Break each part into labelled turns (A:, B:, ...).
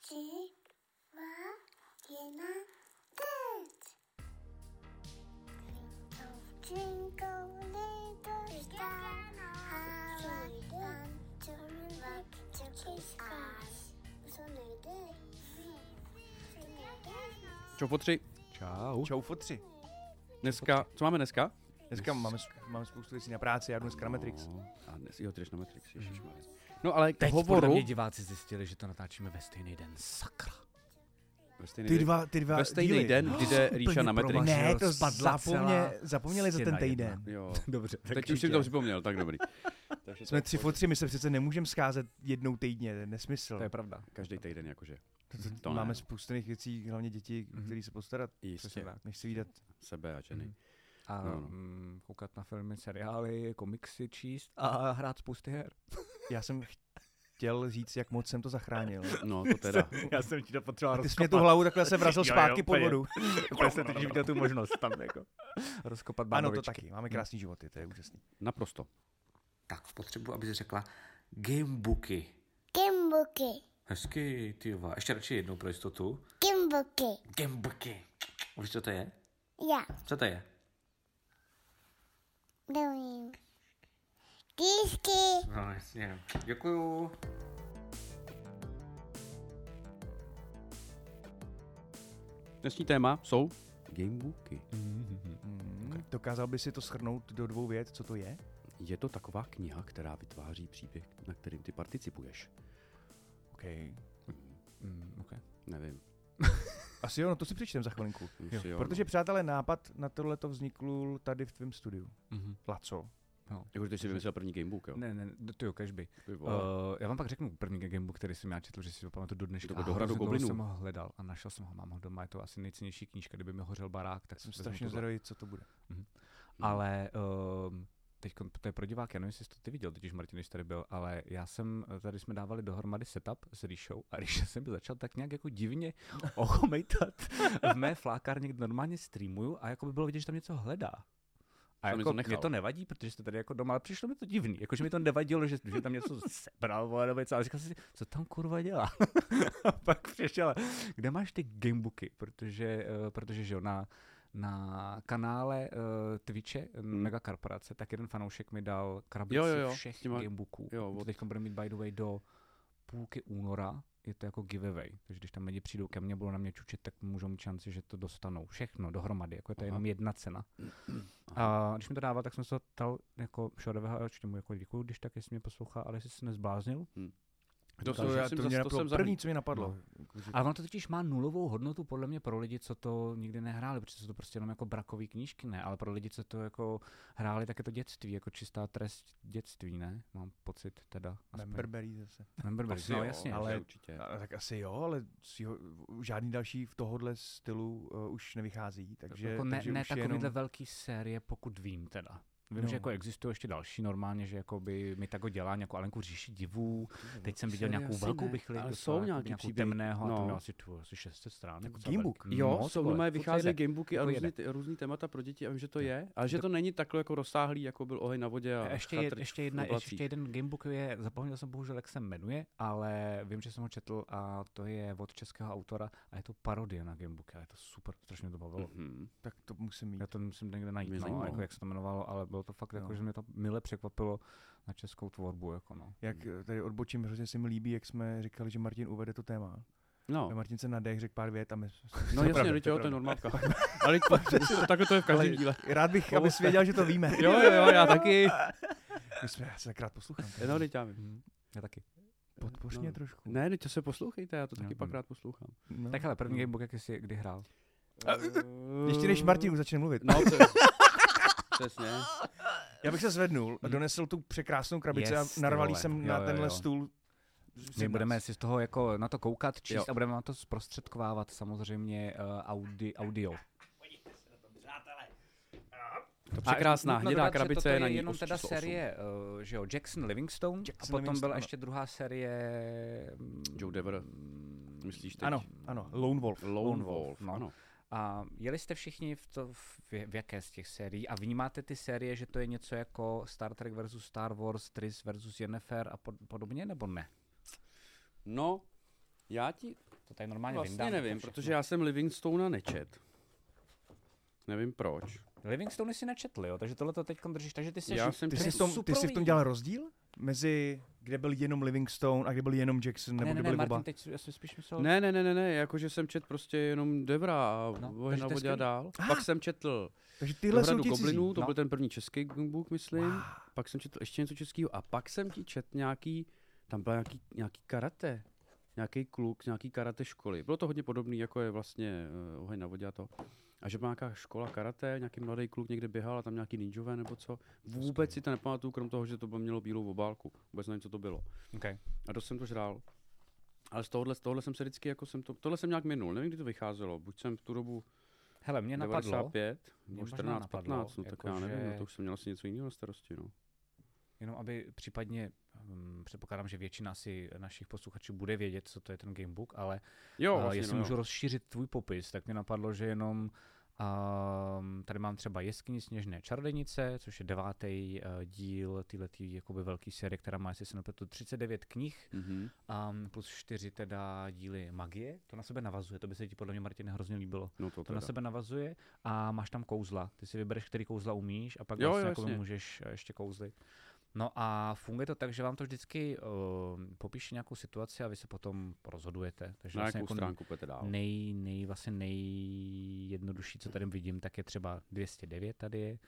A: 3, 2, 1, teď! Jingle little star, how I want to rock to kiss us. Co nejde? Co nejde?
B: Čau po tři.
C: Čau.
B: Čau po tři. Dneska, co máme dneska?
C: Dneska máme, s- máme spoustu věcí na práci, já jdu dneska na Matrix.
B: A dnes, jo, třeš na Matrix, ježišmarja. No ale k hovoru...
D: podle mě diváci zjistili, že to natáčíme ve stejný den. Sakra.
B: Ve stejný
C: Ty
B: den-
C: dva, ty dva
B: Ve stejný
C: díly.
B: den, kdy jde
D: Úplně
B: Ríša na Matrix.
D: promašel.
C: Ne, to
D: Spadla
C: zapomně,
D: celá
C: zapomněli za ten
D: stěna jedna.
C: týden.
B: Jo,
D: Dobře, tak
B: teď už si to připomněl, tak dobrý.
C: Jsme tři fo tři, my se přece nemůžeme scházet jednou týdně, to je nesmysl.
D: To je pravda.
B: Každý týden jakože.
C: To
B: To
C: Máme
B: ne.
C: spoustu jiných věcí, hlavně děti, o které se postarat,
B: Jistě.
C: přesně tak, než se výdat.
B: Sebe a ženy.
D: A
B: No, no.
D: mm, koukat na filmy, seriály, komiksy číst a hrát spousty her.
C: Já jsem chtěl říct, jak moc jsem to zachránil.
B: No, to teda.
D: Já jsem ti to potřeboval
C: A ty jsi mě tu hlavu takhle se vracel
D: Jo, jo,
C: zpátky pod
D: úplně.
C: vodu.
D: Já jsem teď viděl tu možnost tam jako. Rozkopat
C: Ano, to
D: bábovičky.
C: taky. Máme krásný životy, to je úžasný.
B: Naprosto.
E: Tak potřebuji, aby jsi řekla gamebooky.
A: Kimbuky,
E: Hezky, ty jo. Ještě radši jednou pro jistotu.
A: kimbuky,
E: Gamebooky. Víš, co to je?
A: já
E: Co to je?
A: nevím. Dísky,
E: No, jasně. Děkuju.
B: Dnešní téma jsou gamebooky.
C: Dokázal by si to shrnout do dvou vět, co to je?
B: Je to taková kniha, která vytváří příběh, na kterým ty participuješ.
C: OK.
D: Mm, okay.
B: Nevím.
C: Asi jo, no to si přečtem za chvilinku.
B: Asi jo, no.
C: Protože, přátelé, nápad na tohle to vznikl tady v tvém studiu. Laco.
B: no. Jakože ty jsi vymyslel první gamebook, jo?
D: Mhm. Ne, ne, ne, ty jo, cashby.
B: Ty
D: Uh,
B: vole.
D: já vám pak řeknu první gamebook, který jsem já četl, že si ho pamatuju do dneška.
B: To byl
D: A
B: do Hradu
D: hrozně dlouho
B: goblinů.
D: jsem ho hledal a našel jsem ho, mám ho doma, je to asi nejcennější knížka, kdyby mi hořel barák, tak
C: Jsem
D: vezmu
C: strašně
D: tuhle.
C: zvědavý, co to No, bude.
B: Mhm.
D: Ale um, teď to je pro diváky, já nevím, jestli jsi to ty viděl, totiž Martin, když tady byl, ale já jsem, eh, tady jsme dávali dohromady setup s Ríšou a Ríša se mi začal tak nějak jako divně ochomejtat v mé flákárně, kde normálně streamuju a jako by bylo vidět, že tam něco hledá. A
B: Jsem
D: jako,
B: něco
D: mě
B: nechal.
D: to nevadí, protože jste tady jako doma, ale přišlo mi to divný. Jakože mi to nevadilo, že, že tam něco sebral, vole, nebo něco, ale říkal jsem si, co tam kurva dělá. a pak přišel, kde máš ty gamebooky, protože, eh, protože že jo, na, na kanále uh, Twitche mm. Megakorporace, tak jeden fanoušek mi dal krabici
B: Hmm. Jo, jo, jo,
D: všech
B: s těma-
D: gamebooků.
B: jo,
D: to
B: od-
D: teď bude mít by the way do půlky února, je to jako giveaway, takže když tam lidi přijdou ke mně, budou na mě čučet, tak můžou mít šanci, že to dostanou všechno dohromady, jako je to
B: Aha.
D: jenom jedna cena. A když mi to dával, tak jsem se ho ptal jako šorového, a určitě mu jako děkuju, když tak, jestli mě poslouchá, ale jestli se nezbláznil.
B: Hm.
D: A
B: To
D: říkal,
B: jsou-
D: že-
B: já jsem
C: to mě
B: zas- to
C: napadlo
B: jsem za
C: první,
B: ní.
C: co mě napadlo.
D: No.
C: Jakože-
D: Ale ono to totiž má nulovou hodnotu podle mě pro lidi, co to nikdy nehráli, protože jsou to prostě jenom jako brakový knížky, ne, ale pro lidi, co to jako hráli, tak je to dětství, jako čistá trest dětství, ne? Mám pocit teda. aspoň.
C: Memberberry zase.
D: Member Berries,
B: Asi
D: no
B: jo,
D: jasně.
B: že
D: Ale...
C: ale-
B: určitě.
C: A, tak asi jo, ale s jeho, žádný další v tohohle stylu uh, už nevychází. Takže,
D: jako ne,
C: takže
D: ne
C: už je
D: takovýhle
C: jenom...
D: jenom... velký série, pokud vím teda. Vím,
C: No.
D: no. že jako existuje ještě další normálně, že jako by mi tak dělá nějakou Alenku říši divů. Teď jsem viděl
B: série
D: nějakou
B: asi
D: velkou
B: ne,
D: bychli,
B: ale
D: docela
B: jsou
D: jako
B: nějaký
D: nějakou
B: příběhy,
D: temného, no.
B: no.
D: a to měl asi, tu, asi 600 stran.
C: Jako
D: docela
C: gamebook.
D: velký.
B: Jo,
D: No,
B: jsou
D: vole,
B: normálně
D: furt
B: vycházejí
D: jede.
B: gamebooky a
D: Furt
B: různý,
D: jede.
B: ty- různý témata pro děti a vím, že to je. A že to není takhle jako rozsáhlý, jako byl oheň na vodě a
D: A ještě, je,
B: chatrč
D: ještě,
B: v
D: jedna,
B: oblacích.
D: ještě jeden gamebook je, zapomněl jsem bohužel, jak se jmenuje, ale vím, že jsem ho četl a to je od českého autora a je to parodie na gamebook a je to super, strašně to bavilo.
B: Mhm.
C: Tak to musím mít.
D: Já to musím někde najít,
B: Mě
D: no,
B: zajímalo.
D: jako jak se to jmenovalo, ale bylo to fakt, jako,
C: No.
D: že mě to mile překvapilo na českou tvorbu. Jako, no.
C: Jak
B: Hmm.
C: eh, tady odbočím, hrozně se mi líbí, jak jsme říkali, že Martin uvede to téma.
B: No,
C: A Martin se nadech, řekl pár vět a my...
B: no jasně, teď jo, to je normálka. Ale takhle to je v každém díle.
C: Rád bych, abys věděl, že to víme.
B: Jo, jo, jo, já taky.
C: My jsme, já se tak rád poslouchám.
B: No, teď já vím.
D: Mhm. Já taky.
C: Podpoř
B: No.
C: mě trošku.
B: Ne, teď to se poslouchejte, já to taky
D: Jo.
B: pak rád poslouchám.
C: No.
D: Tak ale první gamebook, jak jsi kdy hrál? Eh,
C: Ještě než Martin už začne mluvit.
B: No, přes- přesně.
C: Já bych se zvednul a donesl tu překrásnou krabici
D: Yes,
C: a
D: Hm. ty
C: narval jí
D: vole.
C: jsem
D: Jo,
C: na
D: jo,
C: tenhle
D: jo.
C: stůl.
D: My budeme si z toho jako na to koukat, číst
B: Jo.
D: a budeme na to zprostředkovávat samozřejmě uh, audi, audio.
B: To překrásná
D: A nutno
B: hnědá
D: dodat, že
B: krabice
D: toto
B: je na ní
D: jenom
B: os
D: teda
B: číslo osm.
D: série, uh, že jo, Jackson Livingstone
C: Jackson
D: a potom
C: Livingstone,
D: byla
C: ano.
D: ještě druhá série mm,
B: Joe Dever, myslíš teď?
C: Ano, ano, Lone Wolf.
B: Lone Wolf,
D: no.
B: ano.
D: A jeli jste všichni v, to, v, v jaké z těch sérií? A vnímáte ty série, že to je něco jako Star Trek versus Star Wars, Tris versus Yennefer a pod, podobně, nebo ne?
B: No, já ti
D: To tady normálně
B: Vlastně
D: vyndám.
B: nevím, protože já jsem Livingstona nečet. Nevím proč.
D: Livingstone si nečetli, jo, takže tohle to teď držíš, takže ty jsi...
B: Já jsem
C: Ty
B: To
C: jsi,
B: je
C: v tom, ty jsi v
D: super
C: tom dělal rozdíl? Mezi, kde byl jenom Livingstone a kde byl jenom Jackson, nebo
D: Ne, ne,
C: kde
D: ne,
C: byli
D: Martin,
C: oba?
D: teď já jsem spíš myslel...
B: Ne, ne, ne, ne, ne, jakože jsem čet prostě jenom Devra a
D: No,
B: no,
D: takže to
B: vodě
D: je
B: a
D: skvělý.
B: dál.
C: Ah.
B: Pak jsem četl
C: Takže
B: Tyhle
C: tyhle jsou ti cizí.
B: goblinů, to
D: no.
B: byl ten první český Gumbuk, myslím.
C: Wow.
B: Pak jsem četl ještě něco českého a pak jsem ti čet nějaký, tam byl nějaký, nějaký karate, nějaký kluk, z nějaký karate školy. Bylo to hodně podobný, jako je vlastně uh, oheň na vodě a to. A že byla nějaká škola karate, nějaký mladý kluk někde běhal a tam nějaký ninjové nebo co. Vůbec si to nepamatuju, krom toho, že to bylo- mělo bílou obálku. Vůbec nevím, co to bylo.
D: Okay.
B: A dost jsem to žral. Ale z tohohle, z tohohle jsem se vždycky, jako jsem to, tohle jsem nějak minul, nevím, kdy to vycházelo, buď jsem v tu dobu
D: Hele, mě napadlo,
B: 95,
D: mě
B: nebo
D: možná
B: 14,
D: napadlo,
B: 15, no tak
D: jako
B: já nevím, no,
D: že-
B: to už jsem měl asi něco jiného na starosti, no.
D: jenom aby případně, um, předpokládám, že většina si našich posluchačů bude vědět, co to je ten gamebook, ale
B: Jo,
D: A
B: vlastně,
D: jestli
B: no,
D: můžu
B: jo.
D: rozšířit tvůj popis, tak mě napadlo, že jenom um, tady mám třeba Jeskyni sněžné čarodejnice, což je devátý uh, díl téhletý jakoby velký série, která má, jestli se nepletu, 39 knih
B: Mhm.
D: um, plus 4 teda díly magie. To na sebe navazuje, to by se ti podle mě, Martin, hrozně líbilo.
B: No to,
D: To na
B: teda.
D: sebe navazuje a máš tam kouzla. Ty si vybereš, který kouzla umíš a pak
B: Jo,
D: jo,
B: jo,
D: vlastně jakoby
B: jasně.
D: můžeš eh, ještě kouzlit. No a funguje to tak, že vám to vždycky uh, popíše nějakou situaci a vy se potom rozhodujete. Takže
B: Na
D: vlastně
B: jakou
D: jako
B: stránku půjdete dál?
D: nej, nej, vlastně nejjednodušší, co tady vidím, tak je třeba 209 tady je.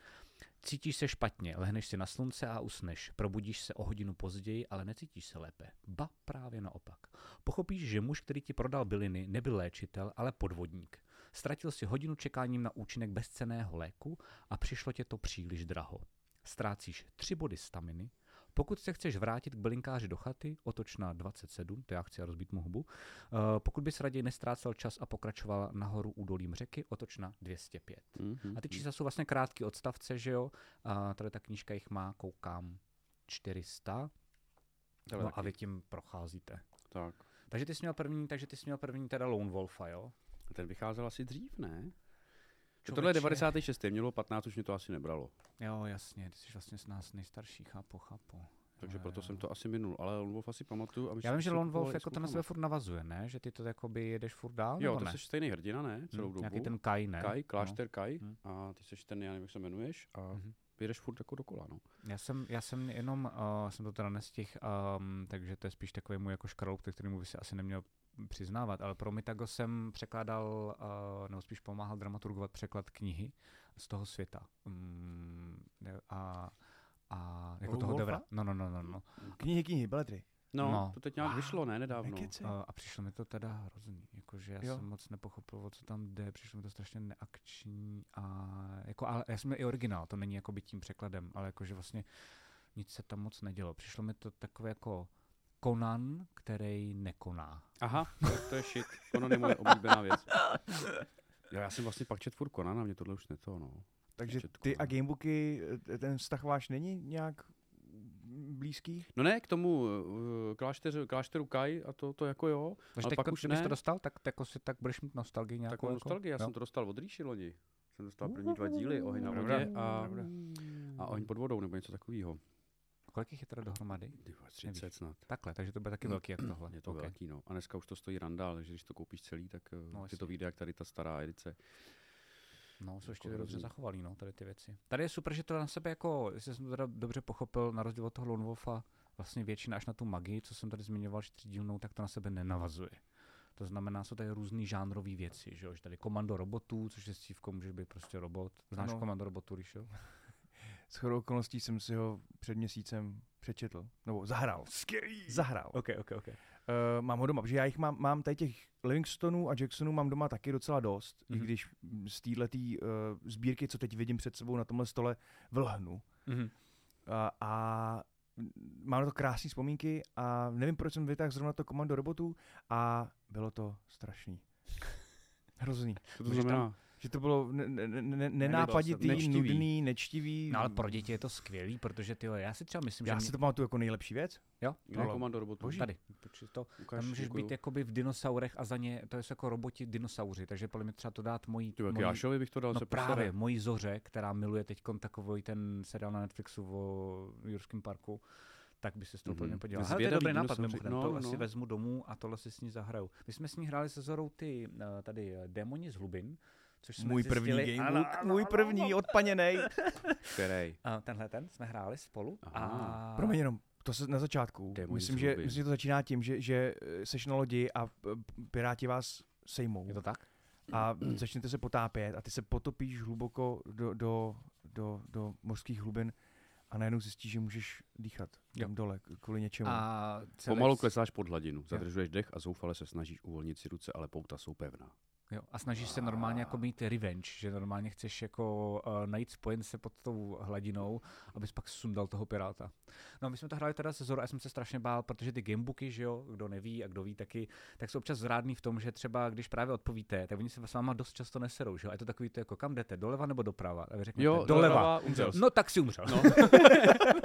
D: Cítíš se špatně, lehneš si na slunce a usneš. Probudíš se o hodinu později, ale necítíš se lépe. Ba právě naopak. Pochopíš, že muž, který ti prodal byliny, nebyl léčitel, ale podvodník. Ztratil si hodinu čekáním na účinek bezceného léku a přišlo tě to příliš draho. Ztrácíš tři body staminy. Pokud se chceš vrátit k bylinkáři do chaty, otoč na 27, to já chci a rozbít mu hubu, Eh, pokud bys raději nestrácel čas a pokračoval nahoru údolím řeky, otoč na 205.
B: Mhm.
D: A ty čísla jsou vlastně krátké odstavce, že jo? A tady ta knížka jich má, koukám, 400.
B: Tohle
D: no a
B: taky.
D: vy tím procházíte.
B: Tak.
D: Takže ty jsi měl první, takže ty jsi měl první teda Lone Wolfa, jo?
B: A ten vycházel asi dřív, ne? Že Tohle je 96. mě bylo 15, už mě to asi nebralo.
D: Jo, jasně, ty jsi vlastně z nás nejstarší, chápu, chápu.
B: Takže
D: Jo,
B: proto
D: jo.
B: jsem to asi minul, ale Lone Wolf asi pamatuju. A my
D: Já
B: jsme
D: vím, že
B: se
D: Lone Wolf
B: kupovali
D: jako
B: s
D: to na sebe
B: klukama.
D: furt navazuje, ne? Že ty to jakoby jedeš furt dál,
B: Jo,
D: nebo
B: to
D: ne? Hm,
B: jsi stejný hrdina, ne? Celou dobu.
D: Nějaký ten Kai, ne?
B: Kai,
D: No.
B: klášter Kai.
D: Hm.
B: A ty seš ten, já nevím, jak se jmenuješ. A
D: Mhm.
B: jedeš furt jako dokola, no.
D: Já jsem, já jsem jenom, uh, jsem to teda nestihl, um, takže to je spíš takový můj jako škraloup, ke kterému by se asi neměl přiznávat, ale pro Mitago jsem překládal, uh, nebo spíš pomáhal dramaturgovat překlad knihy z toho světa. Um, a, a jako
C: Lone
D: toho
C: Wolfa?
D: devra. No, no, no, no. no.
C: Knihy, knihy, beletry.
B: No,
D: No.
B: to teď nějak vyšlo, ne, nedávno.
C: Nekeci.
D: Uh, a přišlo mi to teda hrozný, jakože já
C: Jo.
D: jo. jsem moc nepochopil, o co tam jde, přišlo mi to strašně neakční a jako, ale já jsem měl i originál, to není jakoby tím překladem, ale jakože vlastně nic se tam moc nedělo. Přišlo mi to takové jako Conan, který nekoná.
B: Aha, tak to je shit. Ono je moje oblíbená věc. Jo, já jsem vlastně pak čet furt Konana, mě tohle už neto, no.
C: Takže
B: Četku,
C: ty a
B: no.
C: gamebooky, eh, ten vztah váš není nějak blízký?
B: No ne, k tomu uh, klášteru, klášteru Kai a to, to jako jo.
D: Takže
B: Ale
D: teď,
B: pak
D: pak
B: už
D: už kdybys
B: ne.
D: to dostal, tak, tak, jako si, tak budeš mít nostalgii nějakou.
B: Takovou nostalgii, já
D: jako,
B: jsem to dostal od Ríši loni. Jsem dostal první dva díly, Oheň na vodě a, a Oheň pod vodou, nebo něco takového.
D: Kolik jich je teda dohromady?
B: Ty vole, 30 snad.
D: Takhle, takže to bude taky velký jak tohle.
B: Hmm. Je to
D: Ok.
B: okay. velký, no. A dneska už to stojí randál, takže když to koupíš celý, tak
D: No,
B: no, ti to
D: jasně.
B: vyjde jak tady ta stará edice.
D: No, jsou ještě
B: hrozný.
D: dobře zachovaný, no, tady ty věci. Tady je super, že to na sebe jako, jestli jsem to teda dobře pochopil, na rozdíl od toho Lone Wolfa, vlastně většina až na tu magii, co jsem tady zmiňoval čtyřdílnou, tak to na sebe nenavazuje. To znamená, jsou tady různý žánrové věci, že jo? Že tady komando robotů, což je s cívkou, může být prostě robot. Znáš
C: Ano.
D: komando robotů, když jo?
C: S chodou okolností jsem si ho před měsícem přečetl. Nebo zahrál.
D: Skvělý!
C: Zahrál.
D: Ok, ok, ok.
C: Uh, mám ho doma, protože já jich mám, mám tady těch Livingstonů a Jacksonů mám doma taky docela dost, mm-hmm. i
D: Mhm.
C: když z této uh, sbírky, co teď vidím před sebou na tomhle stole, vlhnu.
D: Mhm.
C: A, a mám na to krásné vzpomínky a nevím, proč jsem vytáhl zrovna to komando robotů a bylo to strašný. Hrozný.
B: Co to
C: Můžeš tam-
B: znamená?
C: Že to bylo ne- ne- ne- ne-
B: jsem-
C: nenápaditý,
B: Nečtivý.
C: nudný, nečtivý.
D: No ale pro děti je to skvělý, protože ty, já si třeba myslím,
C: Já
D: že...
C: si to pamatuju jako nejlepší věc.
D: Jo?
B: Kde je komando robotů?
C: Boží.
D: Tady, Počkej, to,
B: Ukáž, jako-
D: Tam můžeš
B: děkuju.
D: být jakoby v dinosaurech a za ně, to jsou jako roboti dinosauři, takže podle mě třeba to dát mojí,
B: Ty, jak
D: mojí
B: Jášovi bych to dal,
D: no
B: se
D: právě,
B: posere.
D: mojí Zoře, která miluje teď takový ten seriál na Netflixu o Jurském parku, tak by se s tou
B: Mhm.
D: úplně podělal.
B: Byl
D: Hele, to je
B: zvědavý,
D: dobrý
B: kdo
D: nápad,
B: jsem
D: mimochodem,
B: řekl,
D: to
B: no,
D: asi
B: no.
D: vezmu domů a tohle si s ní zahraju. My jsme s ní hráli se Zorou ty eh, tady eh, démoni z hlubin, což jsme
C: Můj
D: zjistili,
C: první
D: ano,
C: gamebook,
D: ano,
C: můj
D: ano,
C: první odpaněnej.
B: Který?
D: A tenhle ten jsme hráli spolu.
B: Aha.
D: A...
C: Promiň jenom, to se na začátku.
B: Démoni
C: Myslím
B: z
C: že,
B: hlubin.
C: myslím, že to začíná tím, že, že eh, seš na lodi a p- piráti vás sejmou.
D: Je to tak?
C: a začnete se potápět a ty se potopíš hluboko do, do, do, do mořských hlubin a najednou zjistíš, že můžeš dýchat tam dole k- kvůli něčemu. A...
D: A celé-
B: Pomalu klesáš pod hladinu, zadržuješ dech a zoufale se snažíš uvolnit si ruce, ale pouta jsou pevná.
D: Jo, a snažíš se normálně jako mít revenge, že normálně chceš jako uh, najít spojence pod tou hladinou, abys pak sundal toho piráta. No my jsme to hráli teda se Zoro a já jsem se strašně bál, protože ty gamebooky, že jo, kdo neví a kdo ví taky, tak jsou občas zrádný v tom, že třeba když právě odpovíte, tak oni se s váma dost často neserou, že jo, a je to takový to jako kam jdete, doleva nebo doprava? A vy řeknete, doleva.
B: umřel.
D: No tak si umřel. No.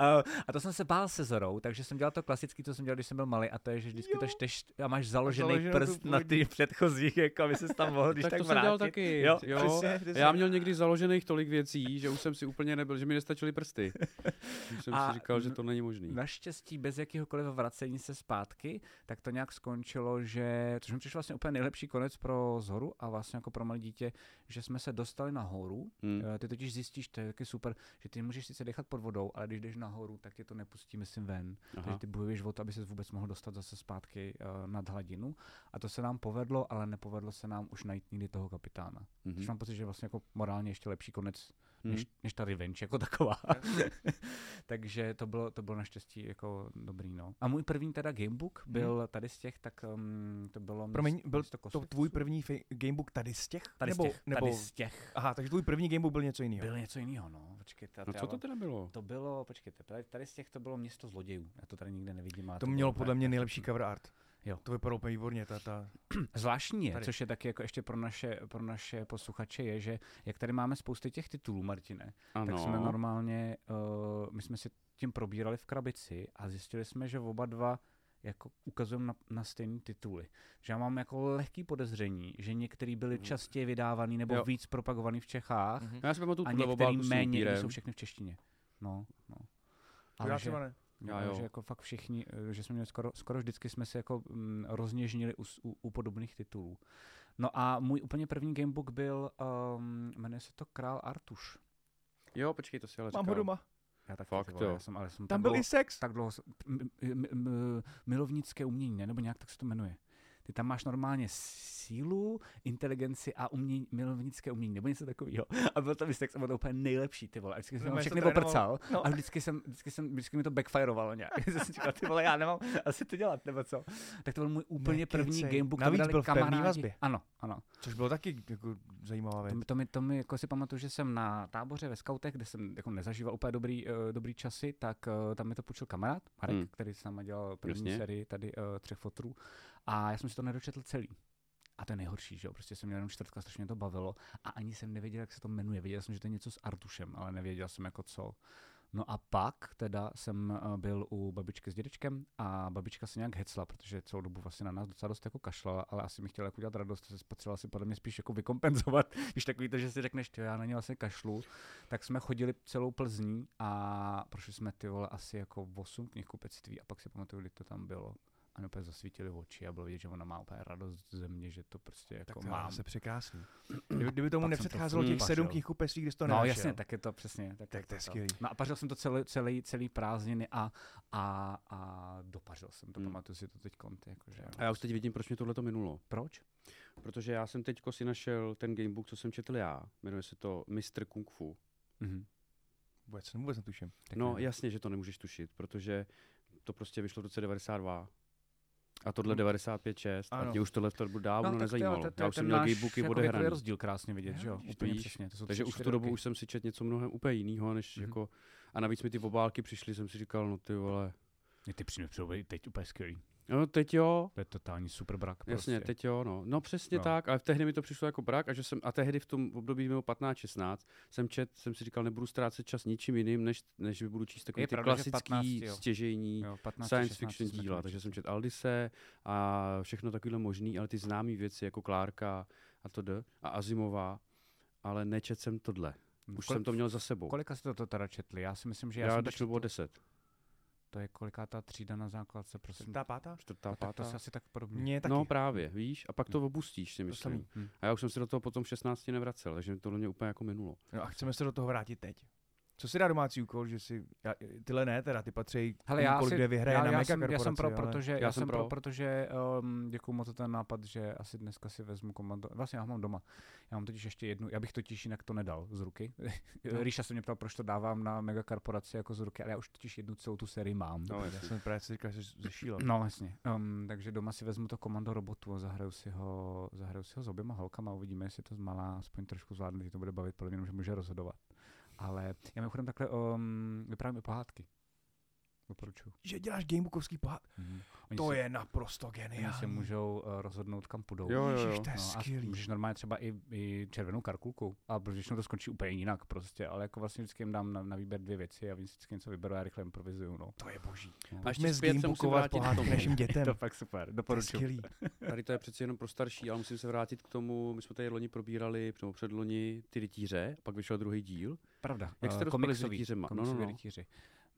D: a, a to jsem se bál se zorou, takže jsem dělal to klasický, co jsem dělal, když jsem byl malý, a to je, že vždycky jo. to šteš a máš založený
C: Založenou tu
D: prst na ty předchozí, jako aby se tam mohl když tak,
B: tak to jsem
D: vrátit.
B: dělal taky.
D: Jo,
B: jo.
C: přesně, přesně.
B: Já měl někdy založených tolik věcí, že už jsem si úplně nebyl, že mi nestačily prsty. Už jsem
D: A
B: si říkal, že
D: n-
B: to není možný.
D: Naštěstí bez jakéhokoliv vracení se zpátky, tak to nějak skončilo, že, což mi přišlo vlastně úplně nejlepší konec pro Zoru a vlastně jako pro malé dítě, že jsme se dostali nahoru.
B: Hmm.
D: Eh, Ty totiž zjistíš, to je taky super, že ty můžeš sice dechat pod vodou, ale když jdeš nahoru, tak tě to nepustí, myslím, ven. Takže
B: Aha.
D: ty bojuješ o to, aby se vůbec mohl dostat zase zpátky uh, nad hladinu. A to se nám povedlo, ale nepovedlo se nám už najít nikdy toho kapitána. Mm-hmm.
B: Mhm.
D: Což mám pocit, že je vlastně jako morálně ještě lepší konec,
B: Mhm.
D: mm-hmm. než, než ta revenge jako taková. Takže to bylo, to bylo naštěstí jako dobrý. No. A můj první teda gamebook
B: Mhm.
D: byl mm-hmm. tady z těch, tak um, to bylo
C: Promiň,
D: míst-
C: byl
D: místo
C: to
D: kosovců.
C: tvůj první fej- gamebook tady z těch?
D: tady
C: nebo,
D: z těch,
C: nebo...
D: tady z těch.
C: Aha, takže tvůj první gamebook byl něco jiného.
D: Byl něco jiného, no. Počkejte,
B: No
D: já
B: co to
D: vám-
B: teda bylo?
D: to bylo, počkejte, tady- tady z těch to bylo město zlodějů. Já to tady nikde nevidím. ale
C: To
D: bylo
C: mělo
D: úplně-
C: podle mě nejlepší cover art.
D: Jo.
C: To vypadalo úplně výborně, ta, ta...
D: Zvláštní je,
C: Tady.
D: což je taky jako ještě pro naše, pro naše posluchače, je, že jak tady máme spousty těch titulů, Martine, ano. tak jsme
B: Ano.
D: normálně, uh, my jsme si tím probírali v krabici a zjistili jsme, že oba dva jako ukazujeme na, na stejné tituly. Že já mám jako lehký podezření, že některý
C: Mhm.
D: byly častěji vydávaný nebo
B: Jo.
D: jo. víc propagovaný v Čechách
E: Mhm.
B: No, Já si pamatuju
D: a
B: tuhle
D: některý
B: obálku s
D: méně, když
B: upírem.
D: jsou všechny v češtině. No, no.
C: To já třeba ne.
B: Já
D: Já
B: jo.
D: jo. Že jako fakt všichni, eh, že jsme měli skoro, skoro vždycky jsme se jako mm, rozněžnili u, s- u, u podobných titulů. No a můj úplně první gamebook byl, um, jmenuje se to Král Artuš.
B: Jo, počkej, to si ale
C: Mám ho
B: říkal.
C: doma.
D: Já taky,
B: Fakt
D: ty vole,
B: jo.
D: Já jsem, ale jsem
C: Tam byl
D: dlouho-
C: i sex.
D: tak dlouho, s- m- m- m- milovnické umění, ne? nebo nějak tak se to jmenuje. Ty tam máš normálně sílu, inteligenci a umění, milovnické umění, nebo něco takového. A byl tam sex a byl to úplně nejlepší, ty vole. A vždycky jsem
C: Normálně
D: tam
C: se
D: všechny
C: trénoval.
D: poprcal
C: No.
D: a vždycky, jsem, vždycky, jsem, vždycky mi to backfirovalo nějak. jsem si říkal, ty vole, já nemám asi to dělat, nebo co. Tak to byl můj úplně
C: Nekecej.
D: první gamebook, to
C: Navíc
D: mi dali
C: byl v pevný
D: kamarádi.
C: vazbě.
D: Ano, ano.
C: Což bylo taky jako zajímavá věc.
D: To, mi- to, mi, to mi jako si pamatuju, že jsem na táboře ve skautech, kde jsem jako nezažíval úplně dobrý, uh, dobrý časy, tak uh, tam mi to půjčil kamarád, Marek,
B: Hmm.
D: hmm. který s náma dělal první
B: Jasně.
D: Jasně. sérii tady uh, třech fotrů. A já jsem si to nedočetl celý. A to je nejhorší, že jo? Prostě jsem měl jenom čtvrtka, strašně mě to bavilo. A ani jsem nevěděl, jak se to jmenuje. Věděl jsem, že to je něco s Artušem, ale nevěděl jsem jako co. No a pak teda jsem eh, byl u babičky s dědečkem a babička se nějak hecla, protože celou dobu vlastně na nás docela dost jako kašlala, ale asi mi chtěla jako udělat radost, se potřebovala si podle mě spíš jako vykompenzovat, když takový to, že si řekneš, ty já na ně vlastně kašlu, tak jsme chodili celou Plzní a prošli jsme ty vole asi jako 8 knihkupectví a pak si pamatuju, kdy to tam bylo. A mě úplně zasvítili oči a bylo vidět, že ona má úplně radost ze mě, že to prostě jako
C: Tak
D: tak
C: to
D: mám.
C: se překrásný. Kdyby, kdyby tomu
D: Pak jsem to
C: nepředcházelo
D: furt
C: těch sedm
D: pařil.
C: knihku peslí, kde jsi to
D: No
C: nenašel.
D: jasně, tak je to přesně. Tak,
C: Tak to je
D: to.
C: skvělý.
D: No a pařil jsem to celý, celý, celý prázdniny a, a, a dopařil jsem to,
B: Hmm.
D: hmm. pamatuju si to teď konty. Jakože,
B: A já už teď vidím, proč mě tohle to minulo.
D: Proč?
B: Protože já jsem teďko si našel ten gamebook, co jsem četl já. Jmenuje se to Mr. Kung Fu.
D: Mhm.
C: Vůbec, vůbec netuším.
D: Tak
B: No
D: nevím.
B: jasně, že to nemůžeš tušit, protože to prostě vyšlo v roce 92. A tohle
D: Hmm.
B: 95, 6. A
C: Ano.
B: mě už tohle to dávno
D: No, tak to jo,
B: nezajímalo.
D: to- to
B: já
D: je
B: už jsem
D: ten
B: měl
D: náš
B: gamebooky
D: jako
B: odehraný.
D: věkový rozdíl krásně vidět, že jo?
B: vidíš,
D: Úplně
B: vidíš.
D: přesně. To jsou
B: Takže
D: tři,
B: už v
D: čtyři
B: tu dobu
D: roky.
B: už jsem si četl něco mnohem úplně jiného, než
D: Mhm.
B: jako... A navíc mi ty obálky přišly, jsem si říkal, no ty vole...
D: Mě ty přímě přijde teď úplně skvělý.
B: No teď jo,
D: To je totální super brak.
B: Jasně,
D: prostě.
B: teď jo, no. No přesně no.
D: No.
B: tak, ale v tehdy mi to přišlo jako brak a že jsem, a tehdy v tom období mimo 15-16 jsem čet, jsem si říkal, nebudu ztrácet čas ničím jiným, než, než budu číst takový
D: Je
B: ty
D: pravda, že v
B: klasický
D: 15, jo.
B: stěžejní
D: Jo, 15,
B: science
D: 16
B: fiction
D: jsme
B: díla,
D: taky
B: takže jsem
D: četli.
B: čet Aldise a všechno takovýhle možný, ale ty známé věci jako Klárka a to D a Azimová, ale nečet jsem tohle. Už
D: Kolik-
B: jsem to měl za sebou.
D: Kolika jste to teda četli? Já si myslím, že
B: Já,
D: já, jsem to
B: když mi
D: četl,
B: bylo 10.
D: to je koliká ta třída na základce, prosím.
C: Ta pátá?
B: Čtvrtá,
D: tak to
B: pátá.
D: se asi Hm. tak podobně.
C: Mně taky.
B: No právě, víš, a pak to opustíš, si myslím.
C: samý.
D: Hm.
B: A já už jsem se do toho potom v 16 nevracel, takže tohle mě úplně jako minulo.
C: No a chceme se do toho vrátit teď. Co si dá domácí úkol, že si, já, tyhle ne teda, ty patří
D: Hele, já,
C: úkol,
D: asi,
C: kde vyhraje
D: já,
C: na
D: já,
C: mega
D: jsem, já jsem pro,
C: korporaci, ale-
D: protože, já,
B: Já
D: jsem
B: jsem
D: pro,
B: pro.
D: protože um, děkuju moc za ten nápad, že asi dneska si vezmu komando. Vlastně já ho mám doma. Já mám totiž ještě jednu, já bych totiž jinak to nedal z ruky.
C: No.
D: Ríša se mě ptal, proč to dávám na mega korporaci jako z ruky, ale já už totiž jednu celou tu sérii mám. No.
B: No,
C: Já jsem právě si říkal, že zešílel.
D: No jasně. Um, takže doma si vezmu to komando robotu a zahraju si ho, zahraju si ho s oběma holkama, uvidíme, jestli to zmalá, aspoň trošku zvládnu, že to bude bavit, podle mě že může rozhodovat. Ale já mimochodem takhle um, vyprávím i pohádky. Doporučuju.
C: Že děláš gamebookovský pohár,
D: Mhm. Oni
C: to
D: si-
C: je naprosto
D: Oni
C: geniální.
D: se můžou eh, rozhodnout, kam půjdou.
B: Jo, jo,
C: Ježiš,
B: jo.
C: to je
D: No, a
C: skvělý.
D: můžeš normálně třeba i, i červenou karkulku, a protože většinou to skončí úplně jinak prostě, ale jako vlastně vždycky jim dám na, na výběr dvě věci a oni si vždycky něco vyberou a já rychle improvizuju, no.
C: To je boží.
B: A
C: Pojďme
B: ještě zpět se musím
C: zgamebookovat
B: vrátit k
C: pohádky
B: tomu.
C: našim
D: Je
C: dětem.
D: to fakt super,
C: To je
D: doporučuji.
C: skvělý.
B: Tady to je přeci jenom pro starší, ale musím se vrátit k tomu, my jsme tady loni probírali, nebo předloni, ty rytíře, pak vyšel druhý díl.
D: Pravda.
B: Jak jste
D: eh,
B: dospěli s
D: komiksový-
B: rytířema? No, no,
D: komiksový
B: no.
D: rytíři.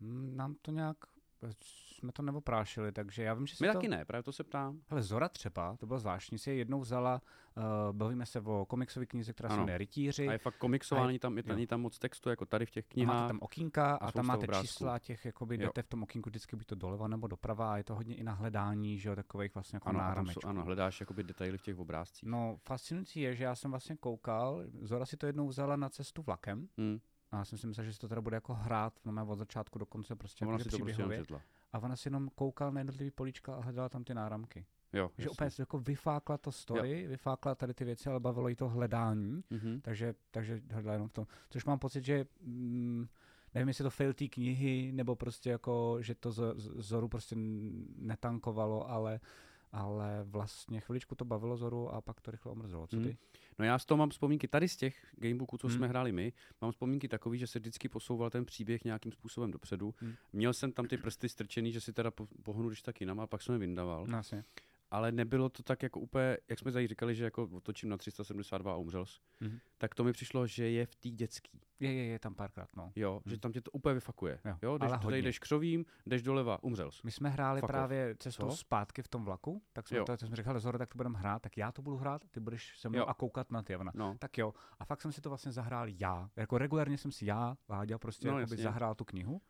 D: Mm, Nám to nějak eh, jsme to neoprášili, takže já vím, že si
B: My
D: to...
B: taky ne, právě to se ptám.
D: Hele, Zora třeba, to bylo zvláštní, si je jednou vzala, uh, bavíme se o komiksové knize, která se
B: Ano.
D: jmenuje Rytíři.
B: A je fakt komiksová,
D: A je-
B: není tam, je,
D: jo.
B: není tam moc textu, jako tady v těch
D: A
B: knihách.
D: máte tam okýnka a,
B: spousta
D: tam máte
B: obrázků.
D: čísla těch, jakoby
B: Jo.
D: jdete v tom okýnku vždycky buď to doleva nebo doprava a je to hodně i na hledání, že jo, takových vlastně jako
B: ano, a tam jsou,
D: náramečků.
B: ano, hledáš jakoby detaily v těch obrázcích.
D: No, fascinující je, že já jsem vlastně koukal, Zora si to jednou vzala na cestu vlakem
B: Hm,
D: a já jsem si myslel, že se to teda bude jako hrát no, od začátku do konce prostě
B: ona
D: jako
B: si to prostě
D: příběhově.
B: načetla.
D: a ona si jenom koukala na jednotlivý políčka a hledala tam ty náramky.
B: Jo,
D: Že úplně si jako vyfákla to story, vyfákla tady ty věci, ale bavilo jí to hledání.
B: Mhm.
D: Takže, takže hledala jenom v tom. Což mám pocit, že mm, nevím, jestli to fail té knihy, nebo prostě jako, že to Z- Z- Zoru prostě n- netankovalo, ale, ale vlastně chviličku to bavilo Zoru a pak to rychle omrzelo. Co
B: Hmm.
D: ty?
B: No já z toho mám vzpomínky, tady z těch gamebooků, co
D: Hmm.
B: jsme hráli my, mám vzpomínky takový, že se vždycky posouval ten příběh nějakým způsobem dopředu.
D: Hmm.
B: Měl jsem tam ty prsty strčený, že si teda po- pohnu když tak jinam a pak jsem je vyndával.
D: No, jasně.
B: ale nebylo to tak jako úplně, jak jsme tady říkali, že jako otočím na 372 a umřel jsi,
D: Mhm.
B: tak to mi přišlo, že je v té dětský,
D: Je, je, je tam párkrát, no.
B: jo, že
D: Mhm.
B: tam tě to úplně vyfakuje,
D: Jo,
B: jo,
D: ale
B: jdeš, tady
D: hodně.
B: jdeš křovím, jdeš doleva, umřel jsi.
D: My jsme hráli
B: Fuck off.
D: právě cestou
B: Co?
D: zpátky v tom vlaku, tak jsme
B: Jo.
D: to, to jsme říkali, Zoro, tak to budeme hrát, tak já to budu hrát, ty budeš se mnou
B: Jo.
D: a koukat na ty. A ona,
B: No,
D: tak jo. A fakt jsem si to vlastně zahrál já. Jako regulárně jsem si já, Láďa, prostě
B: No,
D: no,
B: jasně.
D: zahrál tu knihu.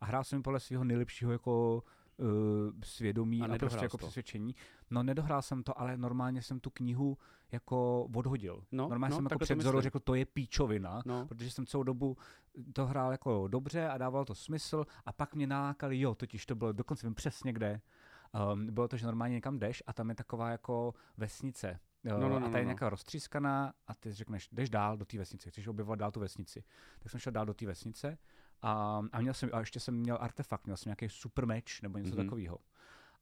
D: A hrál jsem ji podle svého nejlepšího jako uh, svědomí
B: A
D: a, a
B: nedohrál
D: prostě
B: jsi
D: jako
B: to.
D: přesvědčení. No nedohrál jsem to, ale normálně jsem tu knihu jako odhodil.
B: No,
D: normálně
B: no,
D: jsem jako
B: takhle to
D: před Zorou
B: myslím.
D: řekl, to je píčovina.
B: no,
D: Protože jsem celou dobu to hrál jako dobře a dával to smysl a pak mě nalákali, jo, totiž to bylo, dokonce vím přesně kde, um, bylo to, že normálně někam jdeš a tam je taková jako vesnice. No, no, no, a ta je
B: no.
D: nějaká roztřískaná a ty řekneš, jdeš dál do té vesnice, chceš objevovat dál tu vesnici. Tak jsem šel dál do té vesnice a, a, měl jsem, a ještě jsem měl artefakt, měl jsem nějaký super meč nebo něco
B: Mhm.
D: mm-hmm. takového.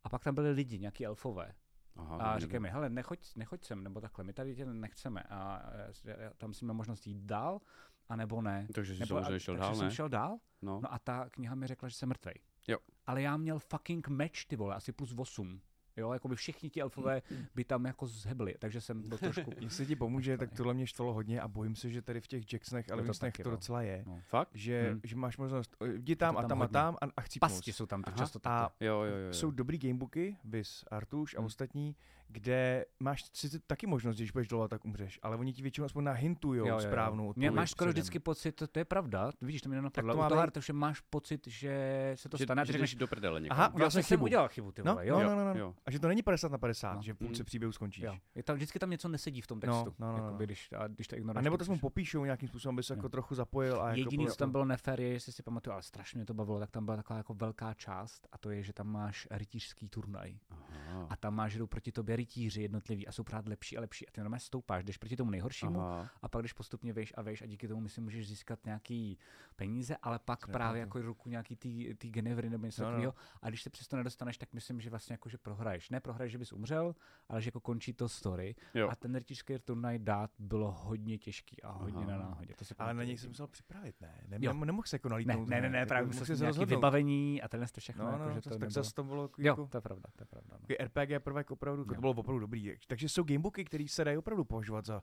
D: A pak tam byli lidi, nějaký elfové.
B: aha,
D: A
B: to
D: říkají
B: nebylo.
D: mi, hele, nechoď, nechoď sem, nebo takhle, my tady tě nechceme. A eh, s- já- já- tam jsem měl možnost jít dál, anebo ne.
B: takže jsi
D: Nebo,
B: samozřejmě
D: a,
B: šel
D: takže
B: dál,
D: jsem
B: ne?
D: šel dál,
B: No,
D: no a ta kniha mi řekla, že jsem mrtvej.
B: Jo.
D: Ale já měl fucking meč, ty vole, asi plus 8. Jo, jako by všichni ti elfové by tam jako zhebli, takže jsem byl trošku...
C: Jestli ti pomůže, tak
D: Naštvaný.
C: tohle mě štvalo hodně a bojím se, že tady v těch Jacksonech a
D: to
C: Levinsnech
D: taky,
C: to,
D: no.
C: docela je.
B: fakt?
C: Že,
D: Hmm.
C: že máš možnost eh, jdi tam
D: to
C: a
D: tam
C: tam a
D: hodně.
C: tam a, a chcípnout.
D: Pasti jsou tam tak
B: Aha.
D: často takhle.
C: A
D: A...
B: Jo, jo, jo. jo.
C: jsou dobrý gamebooky, vys Artuš a
D: Hmm.
C: ostatní, kde máš sice taky možnost, když budeš dole, tak umřeš, ale oni ti většinou aspoň nahintujou správnou
D: Mě,
C: odpověď
D: máš skoro
C: předem.
D: vždycky pocit, to, to je pravda, vidíš, to mě nenapadlo,
C: to
D: to
C: má
D: u toho
C: být-
D: Arta, že máš pocit, že se to
B: že,
D: stane a ty
B: že
D: řekneš,
B: jdeš do prdele někam.
C: Aha, udělal
D: vlastně
C: jsem
D: jsem
C: chybu.
D: udělal chybu, ty
C: No,
D: vole,
C: jo,
D: jo.
C: no, no, no.
B: jo.
C: A že to není 50 na 50,
D: No.
C: že v půlce
B: Mm.
C: příběhu skončíš.
D: Jo. Je tam, vždycky tam něco nesedí v tom
C: No,
D: textu.
C: no, no, no.
D: jakoby, když, a když to ignoruješ.
C: A nebo to
D: tak
C: jsme
D: už-
C: popíšou nějakým způsobem, aby se jako
D: Jo.
C: trochu zapojil. A jako
D: Jediný,
C: bylo
D: co tam
C: to-
D: bylo nefér, je, jestli si pamatuju, ale strašně mě to bavilo, tak tam byla taková jako velká část a to je, že tam máš rytířský turnaj.
C: No.
B: Aha,
D: A tam máš, že jdou proti tobě rytíři jednotliví a jsou pořád lepší a lepší a ty normálně stoupáš, jdeš proti tomu nejhoršímu
B: aha.
D: a pak jdeš postupně vejš a vejš a díky tomu myslím, můžeš získat nějaký peníze, ale pak
C: Co
D: právě
C: nepamatuju.
D: jako ruku nějaký ty, ty genevry nebo něco
C: No, no.
D: takového. A když se přesto nedostaneš, tak myslím, že vlastně jako, že prohraješ. Ne prohraješ, že bys umřel, ale že jako končí to story.
B: Jo.
D: A ten rytířský turnaj dát bylo hodně těžký a hodně
B: Aha.
D: na náhodě. To si
C: No. Ale na
D: pamatuju.
C: něj jsem musel připravit, ne? ne
D: Jo.
C: nem- nemohl se jako
D: Ne,
C: nalítnout.
D: ne, ne, ne, právě
C: Jako
D: musel jsem nějaký vybavení a tenhle to všechno.
C: No,
D: jako,
C: no,
D: že
C: to,
D: to
C: tak
D: nebylo-
C: zase to bylo takový
D: Jo,
C: jako,
D: to je pravda, to je pravda. No.
C: takový RPG prvek opravdu, to
D: Jo.
C: bylo opravdu dobrý. jak- Takže jsou gamebooky, které se dají opravdu považovat za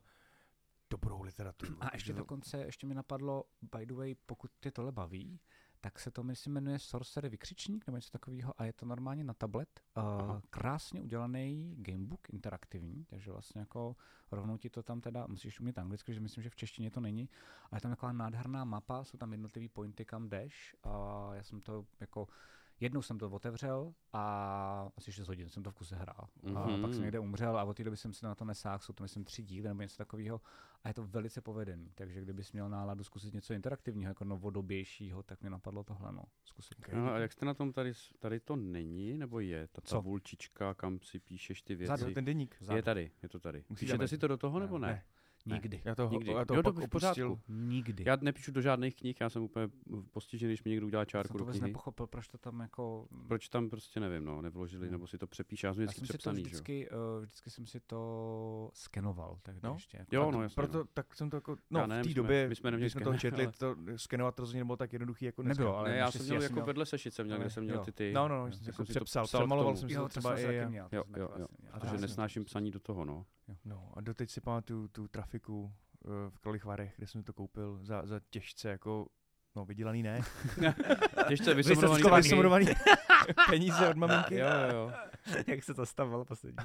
C: dobrou literaturu.
D: A ještě
C: Že-
D: dokonce, ještě mi napadlo, by the way, pokud tě tohle baví, tak se to myslím jmenuje Sorcery vykřičník nebo něco takového a je to normálně na tablet. Uh, krásně udělaný gamebook interaktivní, takže vlastně jako rovnou ti to tam teda, musíš umět anglicky, protože myslím, že v češtině to není, ale je tam taková nádherná mapa, jsou tam jednotlivý pointy, kam jdeš a já jsem to jako Jednou jsem to otevřel a asi 6 hodin jsem to v kuse hrál. Mm-hmm. A pak jsem
B: Mhm.
D: někde umřel a od té doby jsem si na to nesáhl, jsou to myslím tři díly nebo něco takového a je to velice povedený. Takže kdybys měl náladu zkusit něco interaktivního, jako novodobějšího, tak mě napadlo tohle, no, zkusit.
B: No, a jak jste na tom, tady, s- tady to není, nebo je ta
D: Co?
B: tabulčička, kam si píšeš ty
C: Vzadu,
B: věci?
C: ten deník.
D: Vzadu.
B: Je tady, je to tady.
C: Musíš
B: Píšete
C: dávat-
B: si to do toho,
D: Ne,
B: nebo ne?
C: ne.
D: Nikdy.
C: Já to,
B: Nikdy.
C: já to
B: Jo, to
C: pak
B: v
C: opustil.
B: pořádku.
D: Nikdy.
B: Já nepíšu do žádných knih, já jsem úplně postižený, když mi někdo udělá
D: jsem
B: čárku
D: to
B: do
D: vůbec
B: knihy.
D: nepochopil, proč to tam jako...
B: Proč tam prostě nevím, no, nevložili,
D: No.
B: nebo si to přepíš, já jsem
D: Já
B: vždycky
D: jsem si to
B: přepsaný, že jo.
D: vždycky, eh, vždycky jsem si to skenoval, tak
C: No.
D: no? ještě. Jako
B: Jo,
D: tak-
B: no jasně.
C: Proto
B: no.
C: tak jsem to jako, no
B: Já ne,
C: v
B: my
C: té
B: jsme-
C: době,
B: my jsme neměli
C: když jsme to
B: skener,
C: četli, to skenovat to rozhodně nebylo tak jednoduchý jako dneska.
D: Nebylo, ale
B: Ne, já jsem
D: naštěstí
B: měl
D: jsem
B: jako vedle sešice, jsem měl,
D: ale
B: kde jsem měl
D: jo.
B: ty ty.
C: No, no, no,
D: Já
C: jsem
B: jsem
C: jako
B: si to
C: přepsal,
B: psal k
C: přemaloval
B: tomu.
C: jsem si
D: Jo,
C: to třeba i... já.
D: měl, to
B: Jo,
D: jsem taky
B: jo, jo,
D: vlastně měl.
B: protože
C: jsem to
B: nesnáším psaní do toho, no.
C: No a doteď si pamatuju tu trafiku eh, v Kralých Varech, kde jsem to koupil za, za těžce jako, no vydělaný ne,
B: Těžce vysomrovaný.
C: Vysomrovaný.
B: peníze.
C: peníze od maminky.
B: Jo, jo, jo.
D: Jak se to stavalo poslední.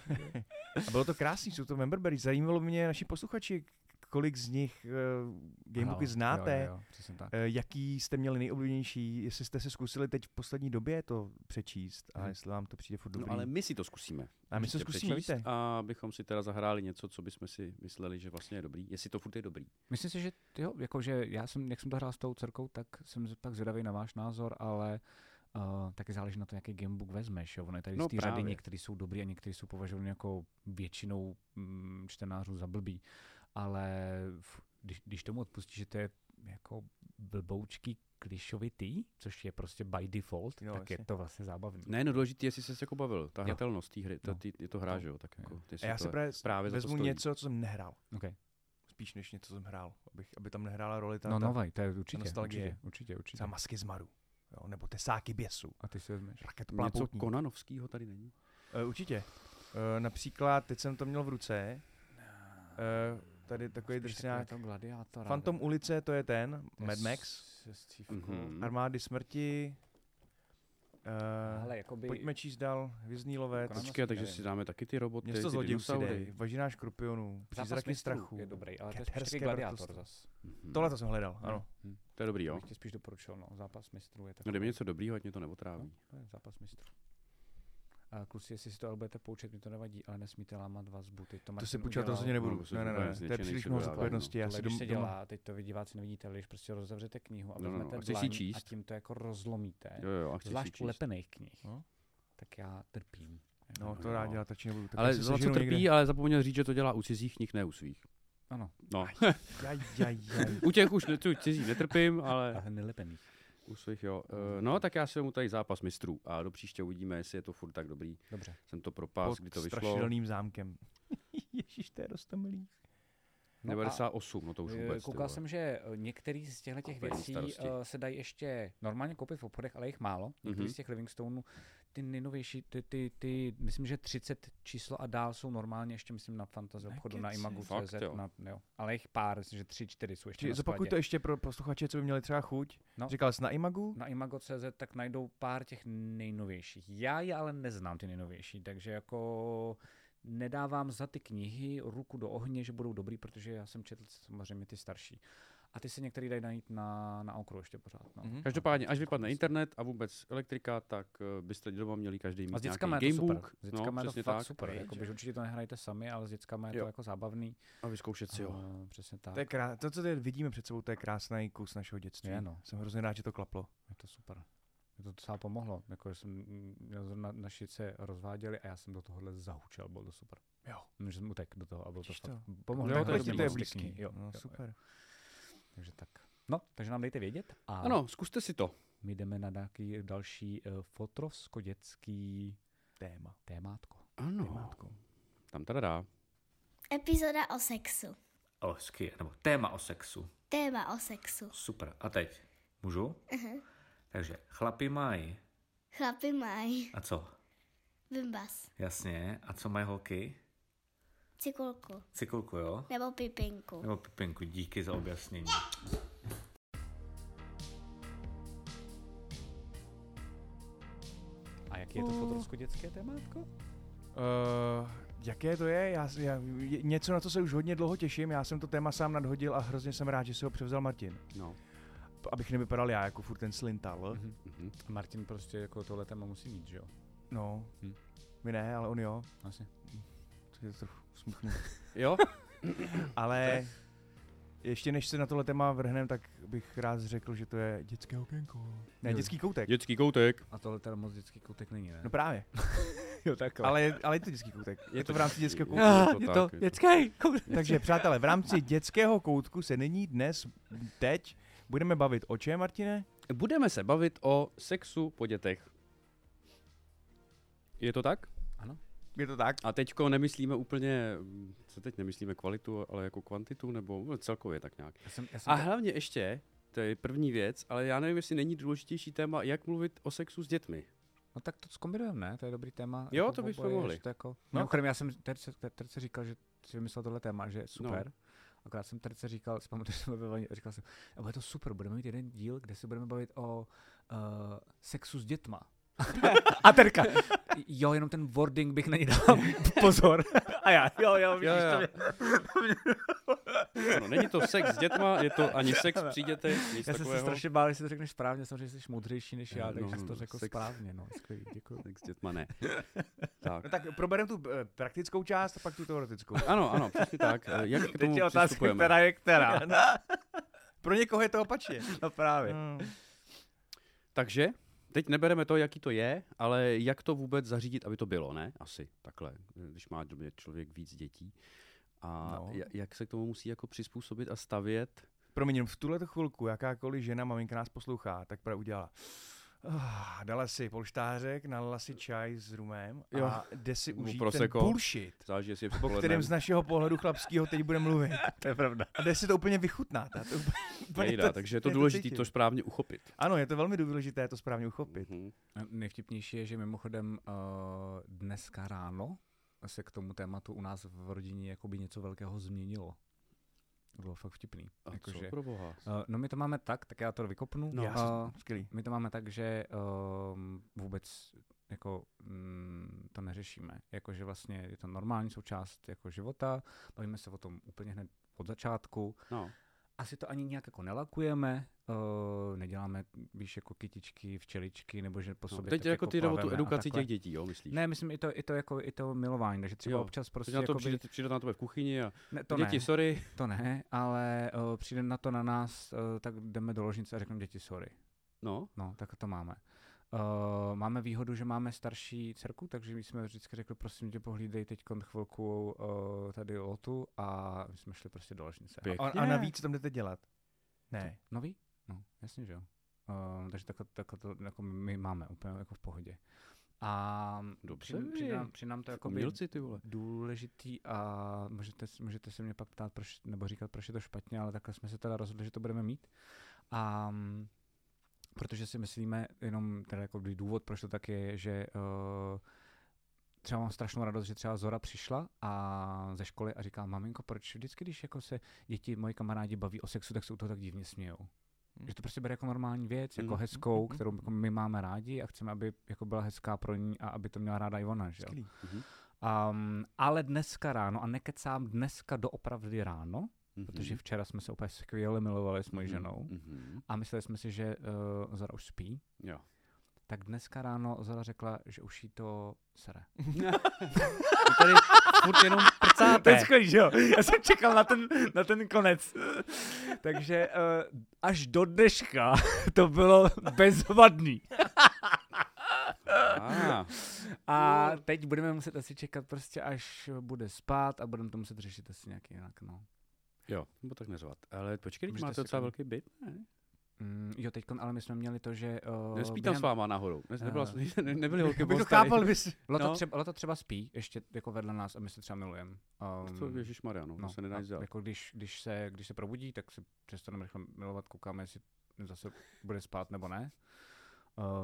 C: A bylo to krásný, jsou to memberberry. Zajímalo mě naši posluchači, kolik z nich uh, gamebooky
D: Ano,
C: znáte,
D: Jo, jo, jo, přesně tak.
C: eh, jaký jste měli nejoblíbenější, jestli jste se zkusili teď v poslední době to přečíst a
D: Mhm.
C: jestli vám to přijde furt dobrý.
B: No ale my si to zkusíme.
C: a my se
B: Určitě
C: zkusíme,
B: přečíst
C: víte.
B: A bychom si teda zahráli něco, co bychom si mysleli, že vlastně je dobrý. Jestli to furt je dobrý.
D: Myslím si, že jo, jakože já jsem, jak jsem to hrál s tou dcerkou, tak jsem z- pak zvědavý na váš názor, ale uh, taky záleží na to, jaký gamebook vezmeš. Jo. Ono je tady
B: No
D: no, ty řady,
B: právě.
D: některé jsou dobrý a některé jsou považovány jako většinou mm, čtenářů za blbý. Ale v, když, když tomu odpustíš, že to je jako blboučký klišovitý, což je prostě by default,
C: Jo,
D: jo, tak
C: jasně.
D: je to vlastně zábavný.
B: Ne, no důležitý, jestli jsi se jako bavil. Ta
D: Jo.
B: hratelnost té hry, ta,
D: No.
B: ty, je to hra,
D: No.
B: že jo, tak
D: Jo.
B: jako.
C: A
B: jestli
C: já
B: to
C: si
B: je-
C: právě,
B: právě za to
C: vezmu
B: stojí.
C: něco, co jsem nehrál.
D: Okay.
C: Spíš než něco, co jsem hrál. Abych, aby tam nehrála roli ta,
D: No
C: ta,
D: novej, to je určitě,
C: nostalgie.
D: určitě, určitě, určitě.
C: ta masky z Maru. Jo, nebo tesáky běsu.
D: A ty si vezmeš.
B: Něco
C: Raketoplápoutník.
B: konanovskýho tady není.
C: Eh, Určitě. Eh, Například, teď jsem to měl v ruce. Eh, Tady takový drsňák.
D: to gladiátora.
C: Phantom ulice, to je ten, Mad Max.
B: Mhm.
C: Armády smrti. eh,
D: Ale jakoby...
C: Pojďme číst dál, Hvězdný lovec.
D: Konec.
B: Počkej, takže
D: nevím.
B: si dáme taky ty roboty,
C: Město
B: ty
C: zlodějů si
B: dinosaury.
C: dej, Važináš škorpionů,
D: Zápas
C: Přízraky
D: mistrů
C: strachu.
D: Je dobrý, ale to je
C: Ketherské
D: spíš taky gladiátor
C: bratrstvo.
D: zas.
B: Mhm.
C: Tohle to jsem hledal, ano.
B: Mhm. To je dobrý,
D: To
B: jo.
D: bych ti spíš doporučil, no. Zápas mistrů je
B: No,
D: takový. No,
B: dej mi něco dobrýho, ať mě to neotráví.
C: No.
D: To je zápas mistrů. A kluci, jestli si to ale budete poučet, mi to nevadí, ale nesmíte lámat vazbu. Teď to,
C: To
D: Martin
C: si počítat
D: udělal.
C: rozhodně
B: No,
C: nebudu.
B: to
C: Ne, ne,
B: jsem úplně
C: ne, to je
B: zničený,
C: příliš
B: se
C: mnoho
B: to dává, no.
C: zodpovědnosti. Já
D: Tohle,
C: si
D: když
C: dom,
D: se
C: doma-
D: dělá, teď to vy diváci nevidíte, ale když prostě rozevřete knihu a
B: No, no, no.
D: vezmete
B: A chceš ji
D: dlaň a
B: číst?
D: tím to jako rozlomíte.
B: Jo, jo, a chci si
D: Zvlášť u
B: číst.
D: lepených knih.
C: No.
D: Tak já trpím.
C: No, to
B: Jo.
C: rád dělat, radši nebudu. Tak
B: Ale
C: si
B: za co
C: seženu
B: trpí,
C: někde.
B: ale zapomněl říct, že to dělá u cizích knih, ne u svých.
D: Ano,
B: No,
C: Jaj, jaj, jaj.
B: u těch už ne, tu cizích netrpím, ale
D: ale nelepených.
B: u svých jo. Eh, No, tak já si mu tady zápas mistrů a do příště uvidíme, jestli je to furt tak dobrý.
D: Dobře.
B: Jsem to propás, kdy to
C: Pod
B: vyšlo.
C: strašidelným zámkem. Ježíš, to je rostomilý.
B: 98, no to už
D: Eh,
B: vůbec. ty
D: Koukal
B: vole.
D: jsem, že eh, některý z těchto těch
B: Koupení
D: věcí
B: starosti.
D: eh, se dají ještě normálně koupit v obchodech, ale jich málo. Některý
B: Mhm.
D: z těch Livingstonů, ty nejnovější, ty, ty, ty, myslím, že 30 číslo a dál jsou normálně ještě, myslím, na fantasy obchodu, na
C: Nekecej.
D: Imagu,
B: Fakt,
D: CZ,
B: jo.
D: na, jo. ale jich pár, myslím, že 3, 4 jsou ještě
C: Či
D: na
C: zopakuj
D: skladě.
C: to ještě pro posluchače, co by měli třeba chuť.
D: No.
C: Říkal jsi na Imagu?
D: Na Imago.cz tak najdou pár těch nejnovějších. Já je ale neznám ty nejnovější, takže jako nedávám za ty knihy ruku do ohně, že budou dobrý, protože já jsem četl samozřejmě ty starší. A ty se některý dají najít na, na okru ještě pořád. No.
C: Mhm.
B: Každopádně, až vypadne internet a vůbec elektrika, tak eh, byste doma měli každý
D: A
B: mít
D: s
B: nějaký
D: dětskama je to super.
B: gamebook.
D: S dětskama
B: no,
D: je to
B: přesně
D: fakt
B: tak.
D: super. Jakoby, určitě to nehrajte sami, ale s dětskama je
B: Jo.
D: to jako zábavný.
B: A vyzkoušet si ho.
D: A, přesně tak.
C: To, je krá- to, co tady vidíme před sebou, to je krásný kus našeho dětství.
D: Je, no.
C: Jsem hrozně rád, že to klaplo.
D: Je to super. Mě to docela pomohlo. Jako, že jsem, já zrovna naši se rozváděli a já jsem do tohohle zahučel, bylo to super.
C: Jo.
D: No, že jsem utek do toho a bylo to
C: Vidíš
D: fakt.
C: to?
D: Pomohlo
B: Jo,
D: mi
B: to je
D: hodně
B: ti to je
D: moc ty
C: blízký.
D: knihy. Jo,
C: no,
D: jo, jo.
C: super.
D: Takže tak. No, takže nám dejte vědět. A
B: Ano, zkuste si to.
D: my jdeme na nějaký další uh, fotrosko-dětský
C: Téma.
D: témátko.
B: Ano.
C: Témátko.
B: Tam teda dá.
A: Epizoda o sexu.
E: O sky, nebo téma o sexu.
A: Téma o sexu.
E: Super. A teď můžu? Uh-huh. Takže chlapi mají.
A: Chlapy mají
E: A co?
A: vymbas,
E: Jasně. A co mají holky?
A: cikulku
E: Cykulku, jo?
A: nebo pipinku.
E: Nebo Pipinku, díky za objasnění.
D: Jaký je to fotrovsko dětské témátko?
C: Uh, jaké to je? Já, já, je- něco, na co se už hodně dlouho těším. Já jsem to téma sám nadhodil a hrozně jsem rád, že si ho převzal Martin.
B: No.
C: P- Abych nevypadal já jako furt ten slintal.
D: Mhm.
B: Mhm.
D: Martin prostě jako tohle téma musí mít, že jo?
C: No,
D: Hm.
C: my ne, ale on jo.
D: Vlastně.
C: To je trochu smutný.
B: Jo?
C: Ale ještě než se na tohle téma vrhnem, tak bych rád řekl, že to je dětské okénko. Ne,
D: Jo.
C: dětský koutek.
B: Dětský koutek.
D: A tohle teda moc dětský koutek není, ne?
C: No právě,
D: jo, takhle.
C: ale, je- ale je to dětský koutek. Je to v rámci
B: Je-
C: dětského koutku.
B: Ah, je to tak, je to-
D: dětský koutek.
C: Takže přátelé, v rámci dětského koutku se nyní dnes, teď, budeme bavit o čem, Martine?
B: Budeme se bavit o sexu po dětech. Je to tak?
C: Je to tak?
B: A teďko nemyslíme úplně, mm, co teď nemyslíme kvalitu, ale jako kvantitu, nebo no, celkově tak nějak.
D: Já jsem, já jsem
B: A hlavně ještě, to je první věc, ale já nevím, jestli není důležitější téma, jak mluvit o sexu s dětmi.
D: No tak to zkombinujeme, ne? To je dobrý téma.
B: Jo, to bychom
D: oboje,
B: mohli.
D: že To jako... No, Mimochodem, já jsem terce, ter- terce říkal, že si vymyslel tohle téma, že je super. No. Akorát jsem terce říkal, si pamatuju, že jsem byl a říkal jsem, a bude to super, budeme mít jeden díl, kde se budeme bavit o uh, sexu s dětma. a terka, jo, jenom ten wording bych na něj dal pozor. a já, jo, jo, vidíš,
B: jo.
D: to mě...
B: No, není to sex s dětma, je to ani sex při dětech, nic
D: Já jsem se
B: takového.
D: strašně bál, jestli to řekneš správně, samozřejmě jsi moudřejší než já,
B: Eh,
D: takže
B: no,
D: jsi to řekl
B: sex-
D: správně, no, skvělý, děkuji.
B: Sex s dětma ne. tak.
C: No tak probereme tu eh, praktickou část a pak tu teoretickou.
B: Ano, ano, přesně tak. Eh, Jak k
D: Teď
B: tomu
D: je otázka,
B: přistupujeme?
D: která je která.
C: Pro někoho je to opačně.
D: No právě.
C: Hmm.
B: Takže teď nebereme to, jaký to je, ale jak to vůbec zařídit, aby to bylo, ne? Asi takhle, když má dobře člověk víc dětí. A
C: No.
B: no. jak se k tomu musí jako přizpůsobit a stavět?
C: Promiň, jenom v tuhle chvilku jakákoliv žena, maminka nás poslouchá, tak právě udělala. Ah, dala si polštářek, nalila si čaj s rumem
B: Jo.
C: a jde si
B: Nebo
C: užít
B: prosecco.
C: ten bullshit,
B: Záleží, jestli je
C: o kterém
B: předpoledne.
C: z našeho pohledu chlapského teď bude mluvit.
D: To je pravda.
C: A jde si to úplně vychutnat. A to úplně, úplně
B: Nejda, no, takže je to
C: úplně
B: důležité
C: cítím.
B: to správně uchopit.
C: Ano, je to velmi důležité to správně uchopit.
B: Mhm.
D: Nejvtipnější je, že mimochodem uh, dneska ráno se k tomu tématu u nás v rodině jakoby něco velkého změnilo. To bylo fakt vtipný.
B: A
D: Jako,
B: co
D: že,
B: pro boha?
D: uh, no my to máme tak, tak já to vykopnu.
C: No,
D: uh,
C: skvělý.
D: my to máme tak, že um, vůbec jako mm, to neřešíme. Jakože vlastně je to normální součást jako života, bavíme se o tom úplně hned od začátku.
B: No,
D: asi to ani nějak jako nelakujeme, uh, neděláme, víš, jako kytičky, včeličky, nebo že po
B: no.
D: sobě
B: Teď
D: tak
B: jako ty jde o tu
D: plaveme a
B: edukaci
D: takhle.
B: těch dětí, jo, myslíš?
D: Ne, myslím i to, i to, jako, i to milování, takže třeba
B: Jo,
D: jo, občas
B: Teď
D: prostě
B: na to
D: jakoby-
B: přijde, přijde na tebe v kuchyni a
D: ne,
B: to
D: to
B: děti,
D: ne,
B: sorry.
D: to ne, ale uh, přijde na to na nás, uh, tak jdeme do ložnice a řekneme děti sorry.
B: No,
D: No, tak to máme. Uh, máme výhodu, že máme starší dcerku, takže my jsme vždycky řekli, prosím tě, pohlídej teď chvilku uh, tady lotu a my jsme šli prostě do ložnice.
B: Pěkně.
C: A, a navíc, co tam jdete dělat? Ne.
D: Nový? No, jasně, že jo. Uh, takže takhle, takhle to jako my máme úplně jako v pohodě. A
B: Dobře,
D: při, při, nám, při nám to jako
B: umělci ty vole.
D: důležitý a můžete, s- můžete se mě pak ptát, proč, nebo říkat, proč je to špatně, ale takhle jsme se teda rozhodli, že to budeme mít. A mm, protože si myslíme, jenom teda jako by důvod, proč to tak je, je, že uh, třeba mám strašnou radost, že třeba Zora přišla a ze školy a říká, maminko, proč vždycky, když jako se děti, moji kamarádi baví o sexu, tak se u toho tak divně smějou.
B: Mm.
D: Že to prostě bere jako normální věc, jako
B: Mhm.
D: hezkou,
C: Mhm.
D: kterou jako my máme rádi a chceme, aby jako byla hezká pro ní a aby to měla ráda i ona. Že jo?
C: Skvělý.
B: Mhm.
D: Um, ale dneska ráno, a nekecám dneska doopravdy ráno, mm-hmm. protože
B: Mhm.
D: včera jsme se úplně skvěle milovali s mojí
B: Mhm.
D: ženou
B: Mhm.
D: a mysleli jsme si, že uh, Zara už spí,
B: Jo.
D: tak dneska ráno Zara řekla, že už jí to sere.
B: Vy Tady furt jenom prcáte.
D: skvělý, že jo? Já jsem čekal na ten, na ten konec. Takže uh, až do dneška to bylo bezvadný.
B: Ah.
D: A teď budeme muset asi čekat prostě, až bude spát a budeme to muset řešit asi nějak jinak, no.
B: Jo, nebo tak neřovat. Ale počkej, když
D: Můžete
B: máte
D: si
B: docela
D: klidně-
B: velký byt, ne?
D: Mm, jo, teď, ale my jsme měli to, že... Uh,
B: Nespí tam s váma náhodou. Ne, nebyla,
D: Eh.
B: ne, ne, nebyly holky
C: Kdyby
B: v
C: to
B: posteli.
C: chápal, bys...
D: Lota,
B: no.
D: no. třeba, Lota třeba spí, ještě jako vedle nás a my se třeba milujeme. Um,
B: To Ježíš Mariano, no, se nedá
D: a
B: nic dělat.
D: Jako když, když, se, když se probudí, tak se přestaneme rychle milovat, koukáme, jestli zase bude spát nebo ne.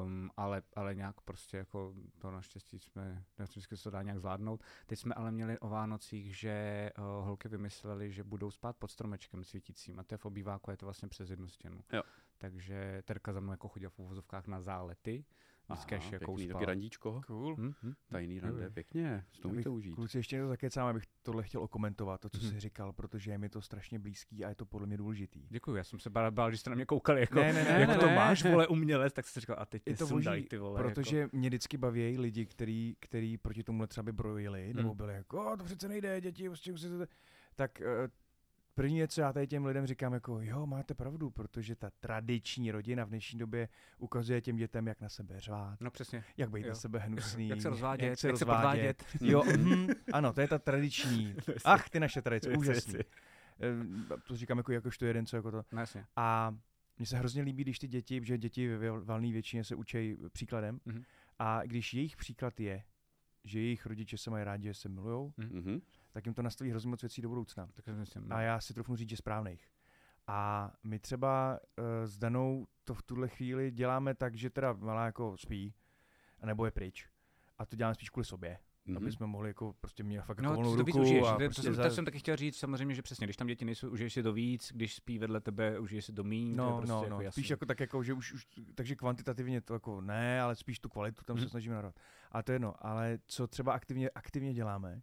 D: Um, ale, ale nějak prostě jako to naštěstí jsme, naštěstí se to dá nějak zvládnout. Teď jsme ale měli o Vánocích, že uh, holky vymysleli, že budou spát pod stromečkem svítícím a to je v obýváku, je to vlastně přes jednu stěnu.
B: Jo.
D: Takže Terka za mnou jako chodila v úvozovkách na zálety, Vždycky až jako
B: pěkný,
D: uspal.
B: taky randíčko.
D: Cool.
B: Hm, hm, tajný rande, pěkně, si to
C: Já
B: umíte
C: bych,
B: užít.
C: Kluci, ještě to zakecám, abych tohle chtěl okomentovat, to, co
D: Mhm.
C: jsi říkal, protože je mi to strašně blízký a je to podle mě důležitý.
D: Děkuji, já jsem se bál, bál, když jste na mě koukali, jako,
C: Ne, ne, ne,
D: jako
B: ne,
D: to
B: ne.
D: máš, vole, umělec, tak jsem říkal, a teď
C: Je
D: mě
C: to
D: sundaj,
C: boží,
D: ty vole.
C: Protože
D: Jako.
C: mě vždycky baví lidi, který, který proti tomuhle třeba by brojili, nebo
D: Hmm.
C: byli jako, "O, to přece nejde, děti, prostě musíte... to-" Tak eh, první je, co já tady těm lidem říkám, jako jo, máte pravdu, protože ta tradiční rodina v dnešní době ukazuje těm dětem, jak na sebe řvát,
D: No přesně,
C: jak být
D: Jo.
C: na sebe hnusný,
D: jak se rozvádět,
C: jak se
D: podvádět.
C: Jo, mhm, ano, to je ta tradiční. Ach, ty naše tradice,
D: Jasně,
C: úžasný.
D: jasně.
C: Ehm, To říkám jako, jakožto jeden, co jako to.
D: No jasně.
C: A mně se hrozně líbí, když ty děti, že děti ve val- valné většině se učí příkladem.
D: Mhm.
C: A když jejich příklad je, že jejich rodiče se mají rádi, že se milují,
B: Mhm.
C: tak jim to nastaví hrozně moc věcí do budoucna.
D: Tak no. jsem si,
C: A já si trochu říct, že správných. A my třeba uh, s Danou to v tuhle chvíli děláme tak, že teda malá jako spí, nebo je pryč. A to děláme spíš kvůli sobě,
B: Mhm.
C: aby jsme mohli jako prostě měli fakt jako
D: No,
C: volnou
D: to, to víc
C: ruku.
D: užiješ.
C: a
D: To, prostě
C: prostě
D: jsem,
C: za-
D: to jsem taky chtěl říct, samozřejmě, že přesně, když tam děti nejsou, užiješ si to víc, když spí vedle tebe, užiješ si to míň, to je
C: No,
D: prostě
C: no,
D: jako
C: no.
D: jasný.
C: spíš jako tak jako, že už, už, takže kvantitativně to jako ne, ale spíš tu kvalitu tam
D: Mhm.
C: se snažíme nadat. A to je jedno, ale co třeba aktivně, aktivně děláme,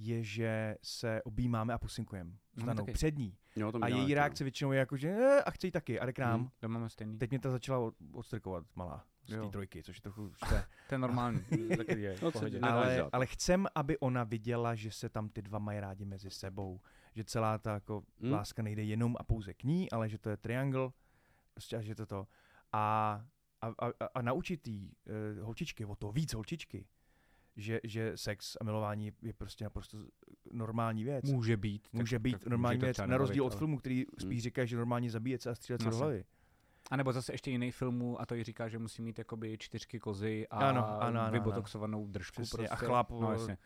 C: je, že se objímáme a pusinkujeme.
D: No, my
C: Stanou
D: taky.
C: před ní.
B: Jo, to
C: A
B: mi dělá
C: její
B: taky, no.
C: reakce většinou je jako, že "Eh, a chce jí taky, a jde k nám.
D: Hm, To máme stejný.
C: Teď mě ta začala od- odstrkovat malá z té
D: Jo.
C: trojky, což je trochu štve.
D: To je normální. to taky je, v
B: No, co
D: pohodě.
B: děláš? Nedáš
C: ale,
B: žád.
C: ale chcem, aby ona viděla, že se tam ty dva mají rádi mezi sebou. Že celá ta jako
B: Hm.
C: hmm. láska nejde jenom a pouze k ní, ale že to je triangle, prostě a že to to. A, a, a, a naučit jí uh, holčičky, o to víc holčičky, že, že sex a milování je prostě naprosto normální věc.
D: Může být. tak-
C: Může být
D: tak
C: normální
D: to
C: věc,
D: třeba
C: na rozdíl
D: nebavit,
C: od filmu, který
B: Hm.
C: spíš říká, že normálně zabíjet se a střílet se
D: No,
C: do
D: jsem.
C: hlavy.
D: A nebo zase ještě jiný filmů a to jí říká, že musí mít jakoby čtyřky kozy a
C: Ano, ano, ano, ano.
D: vybotoxovanou držku.
C: Přesně,
D: prostě.
C: a chlap,
D: No, jasně.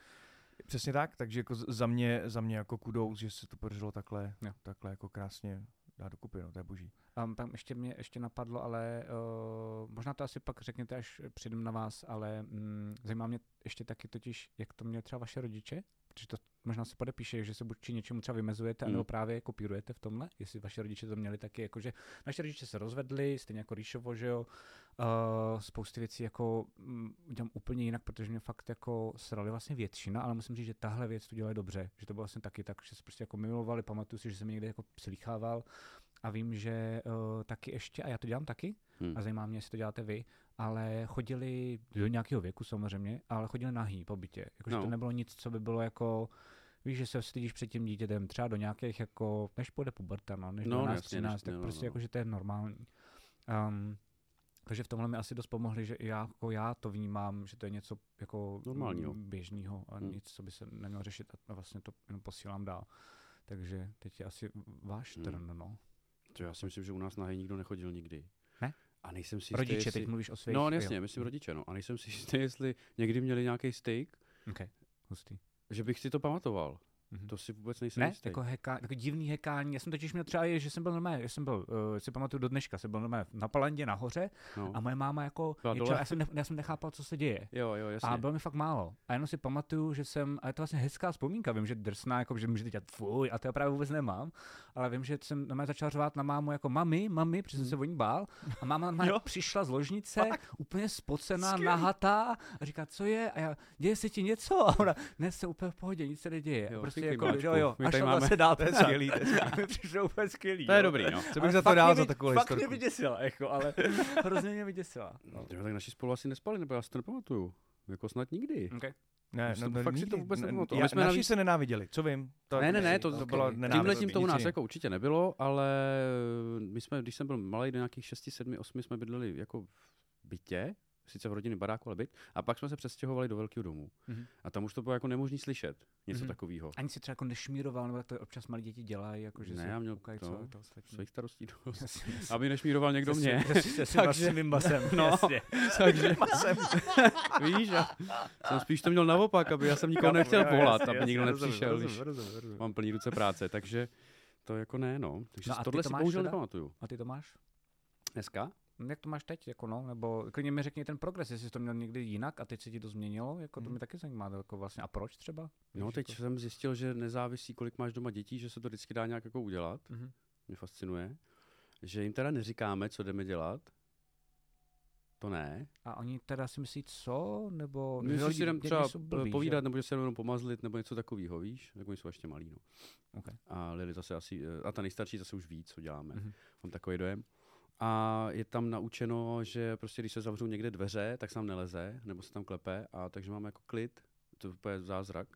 C: Přesně tak, takže jako z- za mě, za mě jako kudou, že se to podařilo takhle,
D: Jo.
C: takhle jako krásně dát dokupy, no to je boží.
D: Um, tam ještě mě ještě napadlo, ale uh, možná to asi pak řekněte, až přijdem na vás, ale mm, zajímá mě ještě taky totiž, jak to měli třeba vaše rodiče, protože to možná se podepíše, že se buď něčemu třeba vymezujete,
B: Mm.
D: nebo právě kopírujete v tomhle, jestli vaše rodiče to měli taky, jakože naše rodiče se rozvedli, stejně jako Rýšovo, že jo, uh, spousty věcí jako mm, udělám úplně jinak, protože mě fakt jako srali vlastně většina, ale musím říct, že tahle věc to dělali dobře, že to bylo vlastně taky tak, že se prostě jako milovali, pamatuju si, že jsem je někde jako slýchával a vím, že uh, taky ještě, a já to dělám taky,
B: Hm.
D: a zajímá mě, jestli to děláte vy, ale chodili do nějakého věku samozřejmě, ale chodili nahý po bytě. Jakože no. to
B: No.
D: nebylo nic, co by bylo jako, víš, že se stydíš před tím dítětem třeba do nějakých jako, než půjde puberta, no, než
B: No,
D: no, 12,
B: jasně, než-
D: 13, tak
B: no, no,
D: prostě
B: no.
D: jako, že to je normální. Um, takže v tomhle mi asi dost pomohli, že i já, jako já to vnímám, že to je něco jako
B: Normálního.
D: běžného a
B: Hmm.
D: nic, co by se nemělo řešit a vlastně to jenom posílám dál. Takže teď je asi váš
B: Hmm.
D: trn, no.
B: To já si myslím, že u nás nahý nikdo nechodil nikdy.
D: Ne?
B: A nejsem si jistý,
D: Rodiče,
B: jestli...
D: teď mluvíš o svých.
B: No,
D: jo.
B: jasně, myslím rodiče, no. A nejsem si jistý, jestli někdy měli nějaký steak,
D: Okay. Hustý.
B: že bych si to pamatoval.
D: Mhm.
B: To si vůbec nejsem
D: Ne,
B: jistý.
D: jako, heka, jako divný hekání. Já jsem totiž měl třeba, je, že jsem byl normálně, já jsem byl, uh, si pamatuju do dneška, jsem byl normálně na Palandě nahoře
B: No.
D: a moje máma jako,
B: Byla
D: něčeho,
B: dole.
D: já, jsem ne, já jsem nechápal, co se děje.
B: Jo, jo, jasně.
D: A bylo mi fakt málo. A jenom si pamatuju, že jsem, a je to vlastně hezká vzpomínka, vím, že drsná, jako, že můžete dělat fuj, a to já právě vůbec nemám, ale vím, že jsem na mě začal řvát na mámu jako mami, mami, protože
B: Mhm.
D: jsem se o ní bál. A máma na mě přišla z ložnice, úplně spocená, nahatá, a říká, co je? A já, děje se ti něco? A ona, ne, se úplně v pohodě, nic se neděje. Jo,
B: Jo,
D: prostě
B: díky,
D: jako,
B: Máčku.
D: jo, jo,
B: My
D: a
B: tady
D: šla
B: máme-
D: zase dál.
C: To je skvělý, to je
D: mi přišlo úplně skvělý.
B: To je
D: jo.
B: dobrý, no.
C: Co
D: Ale
C: bych za to
D: fakt
C: dal
D: mě
C: za
D: vy-
C: takovou
D: Fakt mě
C: historku?
D: vyděsila, jako, ale hrozně mě vyděsila. No.
B: Jo, tak naši spolu asi nespali, nebo já si to nepamatuju. Jako snad nikdy.
D: Okay.
C: Ne,
B: Já si to- fakt si to vůbec nepamatuju.
C: Já,
B: My jsme
C: naši
B: navíc-
C: se nenáviděli, co vím. To,
B: ne, ne, ne, to,
C: to
B: to
C: bylo
B: bylo
C: nenávist.
B: tímhle tím to u
C: Nic
B: nás
C: jiného.
B: jako určitě nebylo, ale my jsme, když jsem byl malý, do nějakých 6, 7, 8 jsme bydleli jako v bytě, sice v rodiny baráku, ale byt, a pak jsme se přestěhovali do velkého domu.
D: Mhm.
B: A tam už to bylo jako nemožný slyšet, něco
D: Mhm.
B: takového.
D: Ani si třeba jako nešmíroval, nebo jak to občas malí děti dělají, jako že
B: Ne,
D: si
B: já měl
D: koukají,
B: to,
D: co je to ostatní.
B: Svých starostí dost.
D: Jasně, jasně.
B: Aby nešmíroval někdo
D: Se
B: mě.
D: svým- se- Se svým
B: Takže-
D: vlastním basem,
B: No.
D: jasně.
B: Takže víš, já jsem spíš to měl naopak, aby já jsem nikoho nechtěl volat, aby nikdo nepřišel, když mám plný ruce práce, takže to jako ne, no. Takže
D: No a ty
B: tohle
D: to
B: si
D: máš
B: bohužel
D: teda?
B: nepamatuju.
D: A ty to máš?
B: Dneska?
D: No, Jak to máš teď, jako no, nebo klidně mi řekni ten progres, jestli jsi to měl někdy jinak a teď se ti to změnilo, jako to
C: Mhm.
D: mě taky zajímá, jako vlastně a proč třeba?
B: Hmm. No,
D: Víš,
B: teď
D: jako-
B: jsem zjistil, že nezávisí, kolik máš doma dětí, že se to vždycky dá nějak jako udělat.
D: Mhm.
B: Mě fascinuje. Že jim teda neříkáme, co jdeme dělat, To ne.
D: A oni teda si myslí, co? Nebo že
B: Myslíš
D: lidi-
B: si jdem
D: děti
B: třeba
D: jsou blbí, že?
B: povídat, nebo že se jenom pomazlit, nebo něco takového, víš? Tak oni jsou ještě malí, no.
D: Okay.
B: A Lily zase asi, eh, a ta nejstarší zase už ví, co děláme.
D: Mhm.
B: Mm-hmm. Mám takový dojem. A je tam naučeno, že prostě když se zavřou někde dveře, tak se tam neleze, nebo se tam klepe, a takže máme jako klid, to je úplně zázrak.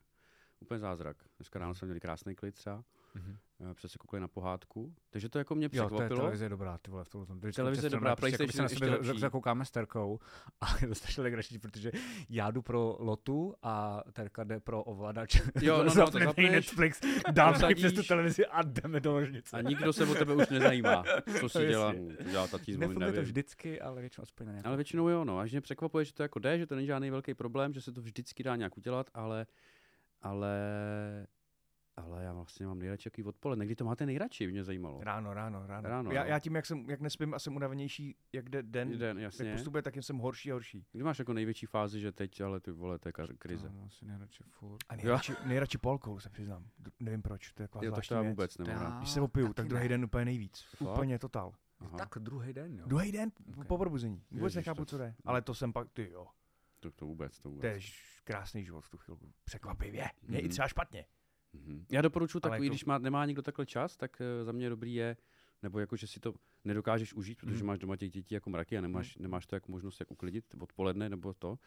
B: Úplně zázrak. Dneska ráno jsme měli krásný klid třeba,
D: Mhm.
B: eh, protože se koukali na pohádku. Takže to jako mě
D: Jo, to je
B: překvapilo.
D: televize je dobrá, ty vole, v tomhle tom. Když
B: Televize
D: jsme
B: je dobrá,
D: prostě jako by se na
B: PlayStation
D: sebe
B: ještě
D: za-
B: lepší.
D: zakoukáme s Terkou a je to strašně legrační, protože já jdu pro lotu a Terka jde pro ovladač.
B: Jo, no, no, to
D: Zapne mi
B: zapneš,
D: Netflix, dám taky přes tu
B: nasadíš.
D: televizi a jdeme do ložnice.
B: A nikdo se o tebe už nezajímá, co
D: No,
B: si dělá,
D: jasně.
B: co dělá tatí z
D: Nefunguje to vždycky, ale většinou aspoň na nějakou.
B: Ale většinou jo, no. Až mě překvapuje, že to jako jde, že to není žádný velký problém, že se to vždycky dá nějak udělat, ale, ale, ale já vlastně mám nejradši takový odpoledne. Kdy to máte nejradši, by mě zajímalo.
C: Ráno, ráno, ráno.
B: Ráno,
C: já,
B: no.
C: já tím, jak, jsem, jak nespím a jsem unavenější, jak jde den,
B: Den,
C: jak
B: jasně.
C: postupuje, tak jsem horší a horší.
B: Kdy máš jako největší fázi, že teď, ale ty vole, to je kar- krize.
D: No, asi nejradši furt.
C: A nejradši, nejradši po alkoholu se přiznám. D- nevím proč, to je taková
B: Jo, tak to
C: zvláštní
B: já
C: věc.
B: vůbec nemám rád.
C: Když se opiju, tak druhý den úplně nejvíc.
B: Fakt?
C: Úplně totál.
B: Aha,
D: Tak druhý den, jo.
C: Druhý den po-
D: Ok.
C: po probuzení. Vůbec
B: Ježiš,
C: nechápu,
B: to-
C: co jde. Ale to jsem pak, ty jo,
B: to, to vůbec, to vůbec.
C: to je ž- krásný život v tu chvilku. Překvapivě. Mě i
B: Mhm.
C: třeba špatně.
B: Mhm. Já doporučuji
C: Ale
B: takový,
C: jako-
B: když má, nemá nikdo takhle čas, tak eh, za mě dobrý je, nebo jako, že si to nedokážeš užít, protože
D: Mhm.
B: máš doma těch dětí jako mraky a nemáš, nemáš to jako možnost jak uklidit odpoledne nebo to.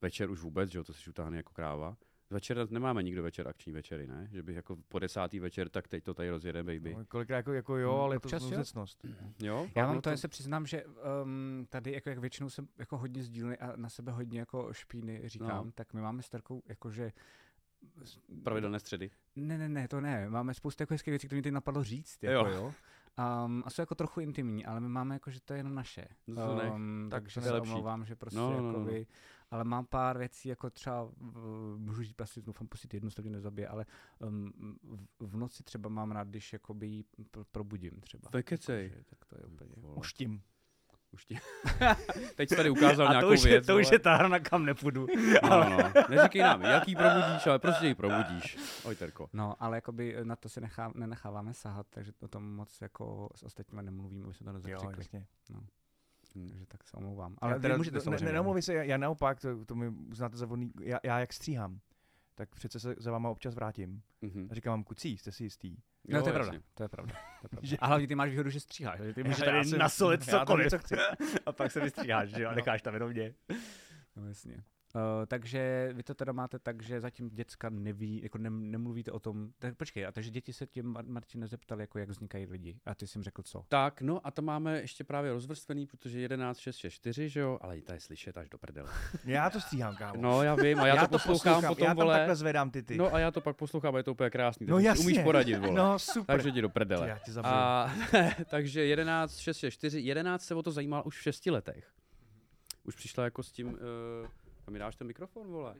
B: Večer už vůbec, že jo, to si utáhne jako kráva. Večer nemáme nikdo večer akční večery, ne? Že bych jako po desátý večer, tak teď to tady rozjede, baby.
C: No, Kolikrát jako, jako jo,
B: Hmm,
D: Mhm.
C: ale je to
D: Občas jo.
C: znouzecnost.
B: Jo?
D: Já mám
B: No
D: to, já se přiznám, že um, tady jako jak většinou jsem jako hodně sdílný a na sebe hodně jako špíny říkám, no.
B: No.
D: tak my máme s Terkou jakože...
B: Pravidelné středy.
D: Ne, ne, ne, to ne. Máme spoustu jako hezkých věcí, které mi teď napadlo říct.
B: Jo.
D: Jako, jo. Um, a jsou jako trochu intimní, ale my máme jako, že to je jenom naše.
B: No to nech,
D: um,
B: tak
D: takže
B: to je
D: se
B: lepší.
D: omlouvám, že prostě
B: No,
D: no,
B: no, no,
D: jako
B: no.
D: vy, ale mám pár věcí, jako třeba, uh, můžu říct asi, doufám pustit jednu, snad mě nezabije, ale um, v, v, noci třeba mám rád, když jakoby ji pr- probudím třeba.
B: Nekecej.
D: Jakože, tak to je úplně...
B: Vole,
C: Už tím.
B: Už ti... teď jsi tady ukázal nějakou věc. vole.
D: ta hra, na kam nepůjdu.
B: No, no. Neříkej nám, jaký probudíš, ale prostě ji probudíš. Oj, Terko.
D: No, ale jakoby na to si nechá, nenecháváme sahat, takže o tom moc jako s ostatními nemluvíme, aby jsme to
C: Jo,
D: nezakřikli.
C: jasně.
D: Takže tak se omlouvám.
C: Ale
D: Ale
C: já
D: teda,
C: teda,
D: vy můžete
C: ne- ne,
D: samozřejmě.
C: nemluvím se, já, já naopak, to, to mi uznáte za vhodný, já, já jak stříhám, tak přece se za váma občas vrátím.
B: Mhm.
C: A říkám vám, kucí, jste si jistý.
D: No,
B: Jo,
D: to je pravda,
B: jasně.
D: to je pravda. To je pravda.
C: Že-
D: A hlavně ty máš výhodu, že stříháš, že ty můžeš
C: já
D: tady
C: jsem-
D: nasolit
C: já tam
D: cokoliv.
C: něco chci.
D: a pak se vystříháš, že jo, a
C: No.
D: necháš tam jenom mě. No jasně. Uh, takže vy to teda máte tak, že zatím děcka neví, jako ne, nemluvíte o tom. Tak počkej, a takže děti se tě, Mar- Martine, zeptali, jako jak vznikají lidi. A ty jsi jim řekl co?
B: Tak, no a tam máme ještě právě rozvrstvený, protože 11, 6, 6, 4, že jo, ale i ta je slyšet až do prdele.
C: Já to stříhám, kámo.
B: No, já vím, a já, to poslouchám, potom,
C: já tam
B: vole.
C: takhle zvedám ty ty.
B: No a já to pak poslouchám a je to úplně krásný.
C: No
B: takže si
C: jasně.
B: Umíš poradit, vole.
C: no super.
B: takže ti do
C: Ty,
B: prdele.
C: já tě zabiju.
B: A, takže 11, 6, 6, 4, 11 se o to zajímal už v 6 letech. Už přišla jako s tím, uh, tam mi dáš ten mikrofon, vole.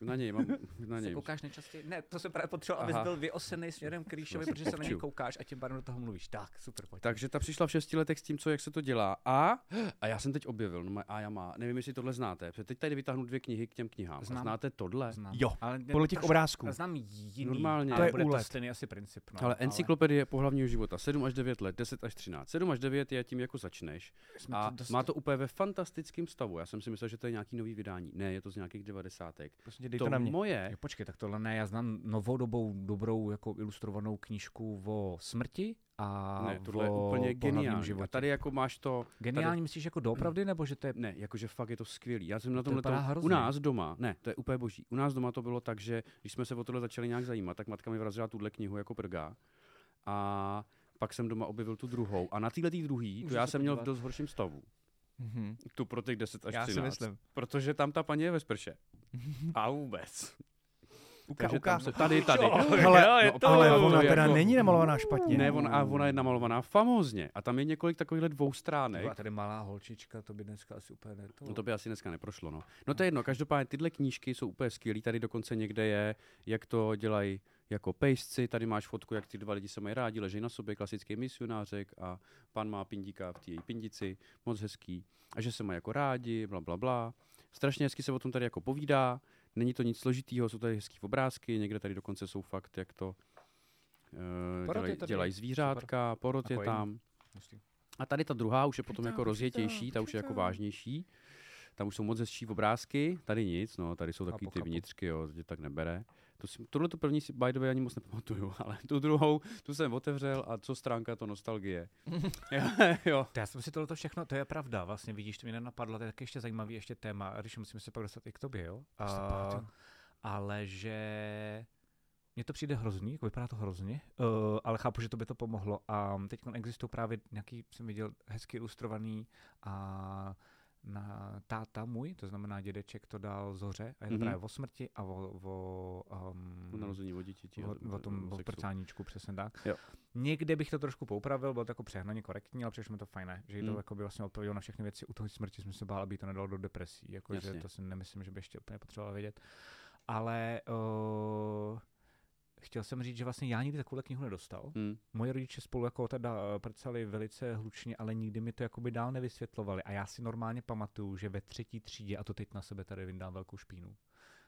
B: Na něj, mám, na
D: se
B: něj.
D: koukáš nejčastěji? Ne, to jsem právě potřeboval, abys
B: Aha.
D: byl vyosený směrem k Ríšovi, protože se na něj
B: Popču.
D: koukáš a tím pádem do toho mluvíš. Tak, super, pojď.
B: Takže ta přišla v šesti letech s tím, co jak se to dělá. A, a já jsem teď objevil, no a já má, nevím, jestli tohle znáte, protože teď tady vytáhnu dvě knihy k těm knihám.
D: Znám.
B: A znáte tohle?
D: Znám.
C: Jo,
D: ale ne,
C: Podle těch
D: trošku-
C: obrázků.
D: Znám jiný,
B: Normálně.
D: ale
B: To
D: to
B: je
D: je bude to
C: úlet.
D: stejný asi princip. No,
B: Ale encyklopedie pohlavního života, 7 až 9 let, 10 až 13. 7 až 9 je tím, jako začneš.
D: jsme
B: A
D: to dost-
B: má to úplně ve fantastickém stavu. Já jsem si myslel, že to je nějaký nový vydání. Ne, je to z nějakých 90.
C: Prosím tě, dej to,
B: To,
C: na mě.
B: moje,
D: Jo, počkej, tak tohle ne, já znám novodobou, dobrou, jako ilustrovanou knížku o smrti a
B: ne, tohle je
D: o
B: úplně
D: pohlavním
B: geniální.
D: životě.
B: A tady jako máš to,
D: geniální myslíš jako doopravdy, nebo že to je...
B: Ne, jakože fakt je to skvělý. Já jsem na
D: To
B: tomhle
D: vypadá
B: tom, u
D: hrozně.
B: nás doma, ne, to je úplně boží. U nás doma to bylo tak, že když jsme se o tohle začali nějak zajímat, tak matka mi vrazila tuhle knihu jako prgá. A pak jsem doma objevil tu druhou. A na téhle tý druhý, tu
D: Můžu
B: já
D: se
B: jsem měl v
D: podívat.
B: dost horším stavu.
C: Mhm.
B: Tu pro těch 10 až
C: Já si
B: 13.
C: myslím.
B: Protože tam ta paní je ve sprše. A vůbec.
C: Uka,
B: Takže
C: uka.
B: tam se tady, tady.
C: Hele,
B: jo, je
C: no,
B: to-
C: ale ona
B: jako-
C: teda není namalovaná špatně.
B: Ne, ona, a ona je namalovaná famózně. A tam je několik takovýchhle dvou stránek.
D: A tady malá holčička, to by dneska asi úplně ne. To...
B: No to by asi dneska neprošlo, no. No to je jedno, každopádně tyhle knížky jsou úplně skvělý, tady dokonce někde je, jak to dělají jako pejsci, tady máš fotku, jak ty dva lidi se mají rádi, leží na sobě, klasický misionářek a pan má pindíka v té její pindici, moc hezký, a že se mají jako rádi, bla, bla, bla. Strašně hezky se o tom tady jako povídá, není to nic složitýho, jsou tady hezký obrázky, někde tady dokonce jsou fakt, jak to eh,
D: Porod je
B: dělají,
D: tady.
B: dělají zvířátka, porod
D: Jako
B: je
D: jiný.
B: tam.
D: Hustý.
B: A tady ta druhá už je potom
C: Přitom,
B: jako rozjetější,
C: přitom,
B: ta už je jako
C: přitom.
B: vážnější. Tam už jsou moc hezčí obrázky, tady nic, no, tady jsou takový ty
D: Chápu, chápu.
B: vnitřky, jo, že tak nebere. To si, tohle tu první si by the way ani moc nepamatuju, ale tu druhou, tu jsem otevřel a co stránka, to nostalgie. jo, jo.
D: To já jsem si tohleto všechno, to je pravda, vlastně vidíš, to mě nenapadlo, to je taky ještě zajímavý ještě téma, a když musíme se pak dostat i k tobě, jo?
C: si to pamatuju.
D: ale že mně to přijde hrozný, jako vypadá to hrozně, uh, ale chápu, že to by to pomohlo. A teď existují právě nějaký, jsem viděl, hezky ilustrovaný a na táta můj, to znamená dědeček, to dal zoře a je to
B: Mhm.
D: právě o smrti a o, o,
B: O
D: um,
B: narození o dítěti.
D: O, o tom o
B: sexu.
D: prcáníčku, přesně tak.
B: Jo.
D: Někde bych to trošku poupravil, bylo to jako přehnaně korektní, ale přišlo mi to fajné, že jí to
B: Mm.
D: jako by vlastně odpovědělo na všechny věci. U toho smrti jsem se bál, aby jí to nedalo do depresí, jakože
B: Jasně.
D: to si nemyslím, že by ještě úplně potřeboval vědět. Ale uh, chtěl jsem říct, že vlastně já nikdy takovouhle knihu nedostal.
B: Hmm.
D: Moje rodiče spolu jako teda eh, prcali velice hlučně, ale nikdy mi to jakoby dál nevysvětlovali. A já si normálně pamatuju, že ve třetí třídě, a to teď na sebe tady vyndám velkou špínu,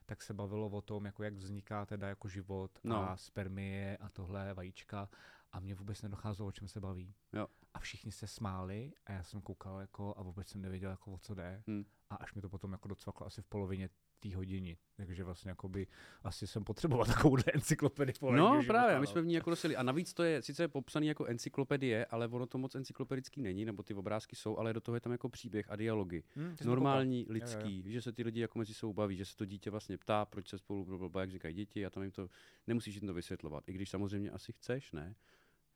D: tak se bavilo o tom, jako jak vzniká teda jako život no. a
B: No.
D: spermie a tohle vajíčka a mě vůbec nedocházelo, o čem se baví.
B: Jo.
D: A všichni se smáli a já jsem koukal jako a vůbec jsem nevěděl, jako o co jde.
B: Hmm.
D: A až mi to potom jako docvaklo asi v polovině té hodiny. Takže vlastně jakoby asi jsem potřeboval takovouhle encyklopedii.
B: No právě, my jsme v ní jako dosili. A navíc to je sice je popsaný jako encyklopedie, ale ono to moc encyklopedický není, nebo ty obrázky jsou, ale do toho je tam jako příběh a dialogy.
C: Hm,
D: hmm,
B: normální
D: jo, jo.
B: lidský, že se ty lidi jako mezi sebou baví, že se to dítě vlastně ptá, proč se spolu blablabla, jak říkají děti a tam jim to nemusíš jim to vysvětlovat. I když samozřejmě asi chceš, ne?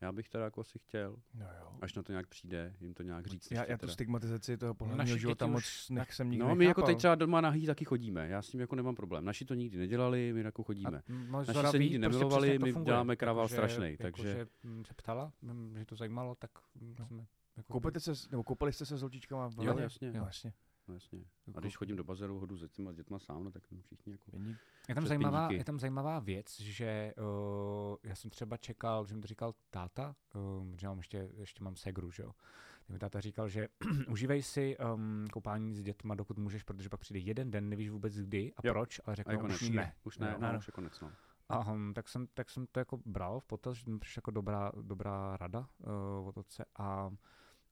B: Já bych teda jako asi chtěl,
C: No jo.
B: až na to nějak přijde, jim to nějak říct.
C: Já,
B: ještě
C: já tu
B: teda.
C: stigmatizaci toho
D: Naši
C: pohledního
D: děti
C: života
D: už
C: moc nech jsem nikdy
B: No, my jako
C: nechápal.
B: teď třeba doma nahý taky chodíme, já s tím jako nemám problém. Naši to nikdy nedělali, my jako chodíme.
D: Naši
B: Naši se nikdy nemilovali, my děláme krával strašnej, takže-
D: jako, Že se ptala, mm, že to zajímalo, tak mm,
C: No.
D: jsme... Jako
C: Koupete se, s- nebo koupali jste se s holčičkama v
B: Jo,
C: Brně?
B: jasně,
C: No, jasně.
B: no, jasně. A když chodím do bazéru, hodu s těma dětma sám, no, tak všichni jako...
C: Vidí.
D: Je tam,
B: přes
D: zajímavá,
B: pindíky.
D: je tam zajímavá věc, že uh, já jsem třeba čekal, že mi to říkal táta, um, že mám ještě, ještě mám segru, že jo. Tak mi táta říkal, že užívej si um, koupání s dětma, dokud můžeš, protože pak přijde jeden den, nevíš vůbec kdy a
B: Jo.
D: proč, ale
B: A jako
D: řeknou,
B: je konec.
D: jako už ne.
B: Už ne,
D: Jo,
B: no,
D: ano.
B: už je konec, no.
D: A, hm, tak, jsem, tak jsem to jako bral v potaz, že mi přišla jako dobrá, dobrá rada uh, od otce a,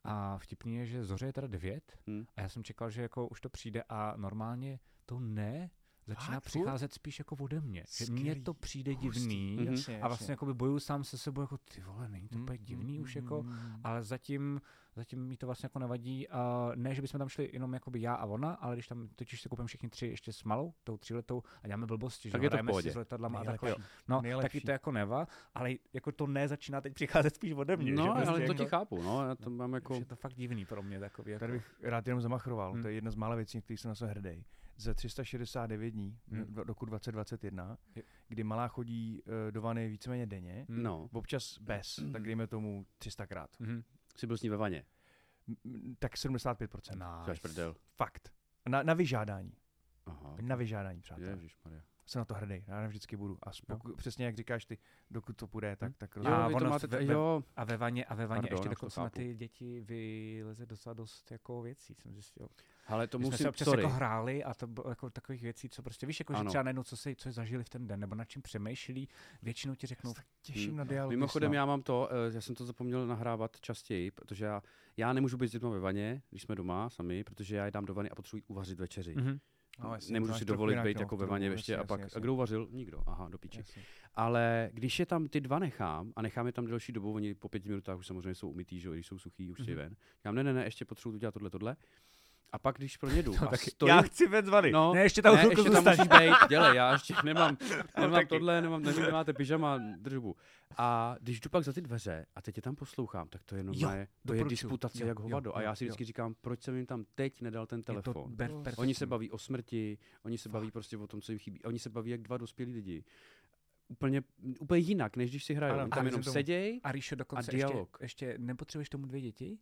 D: a vtipný je, že Zoře je teda devět
B: Hm.
D: a já jsem čekal, že jako už to přijde a normálně to ne začíná
C: Fakt?
D: přicházet spíš jako ode mě. Že mně
C: Skvělý.
D: to přijde
C: Hustý.
D: divný
B: Mhm.
C: Jasně,
D: a
C: jasně.
D: vlastně jakoby bojuju sám se sebou jako ty vole, není to
C: Mm,
D: úplně
C: mm,
D: divný už
C: mm,
D: jako,
C: mm, mm.
D: ale zatím, zatím mi to vlastně jako nevadí. A ne, že bychom tam šli jenom jakoby já a ona, ale když tam totiž si koupím všichni tři ještě s malou, tou tříletou a děláme blbosti, že
B: Tak
D: jo,
B: je to v
D: hrajeme si
B: pohodě.
D: s letadlama a
C: Nejlepší.
D: takhle. No, taky
C: Nejlepší.
D: to jako neva, ale jako to ne začíná teď přicházet spíš ode mě. že
B: No,
D: prostě
B: ale to
D: jako,
B: ti chápu, no, já to mám
D: jako...
B: jako...
D: Je to fakt divný pro mě takový. Jako,
C: Tady bych rád jenom zamachroval,
D: Hmm.
C: to je jedna z mála věcí, na který jsem na sebe hrdý. Ze 369 dní,
D: Hmm.
C: do roku 2021,
D: Je-
C: kdy malá chodí eh, do vany víceméně denně,
D: Hm.
B: No,
C: občas bez, tak dejme tomu 300krát.
D: Mhm.
B: jsi byl s ní ve vaně.
C: M- Tak 75%.
B: Jsi prdel.
C: Fakt. Na, na vyžádání.
B: Aha.
C: Na vyžádání, přátelé.
B: Ježišmarja.
C: Jsem na to hrdý, já vždycky budu. A spoku, přesně jak říkáš ty, dokud to půjde, tak, tak
B: Jo,
C: rozhodně.
B: vy to
D: ono
B: máte,
D: ve-
B: t-
D: ve-
B: jo,
D: A ve vaně, a ve vaně
B: Pardon,
D: ještě
B: já už to
D: dokonce na
B: chápu.
D: ty děti vyleze docela dost jako věcí, jsem zjistil.
B: ale to
D: My jsme
B: musím,
D: se občas
B: sorry.
D: jako hráli a to bylo jako takových věcí, co prostě víš, jako že
B: Ano.
D: třeba najednou, co, si, co je zažili v ten den, nebo nad čím přemýšlí, většinou ti řeknou,
C: tak těším
B: Hm.
C: na dialog.
B: Mimochodem, já mám to, eh, já jsem to zapomněl nahrávat častěji, protože já, já nemůžu být s dětmi ve vaně, když jsme doma sami, protože já je dám do vany a potřebuji uvařit večeři.
D: mhm.
B: Nemůžu si dovolit být jako ve vaně ještě a pak, a kdo uvařil? Nikdo, aha, do píče. Ale když je tam ty dva nechám a nechám je tam delší dobu, oni po pěti minutách už samozřejmě jsou umytý, že jo, když jsou suchý, už je
D: Mhm.
B: ven. Já ne, ne, ne, ještě potřebuji udělat tohle, tohle. A pak, když pro ně jdu a
D: No, Já
B: stojím,
D: chci ven z vany.
B: No,
D: ne, ještě tam
B: ne,
D: chvilku
B: ještě tam
D: zůstaň. No,
B: musíš být, dělej, já ještě nemám, nemám
D: taky.
B: tohle, nemám, nevím, nemáte pyžama, držbu. A když jdu pak za ty dveře a teď je tam poslouchám, tak to je normálně, to je
D: doporučuju.
B: disputace
D: Jo,
B: jak
D: jo,
B: hovado. A
D: jo,
B: já si
D: jo.
B: vždycky říkám, proč jsem jim tam teď nedal ten
D: Je to
B: telefon.
D: ber-
B: Oni
D: perfektní.
B: se baví o smrti, oni se baví prostě o tom, co jim chybí. A Oni se baví jak dva dospělí lidi. Úplně, úplně jinak, než když si hrajou.
C: Ano,
B: Oni
D: a
B: tam jenom
C: rozumím tomu.
B: seděj,
D: A Ríšo, dokonce
B: dialog.
D: Ještě, ještě nepotřebuješ tomu dvě děti?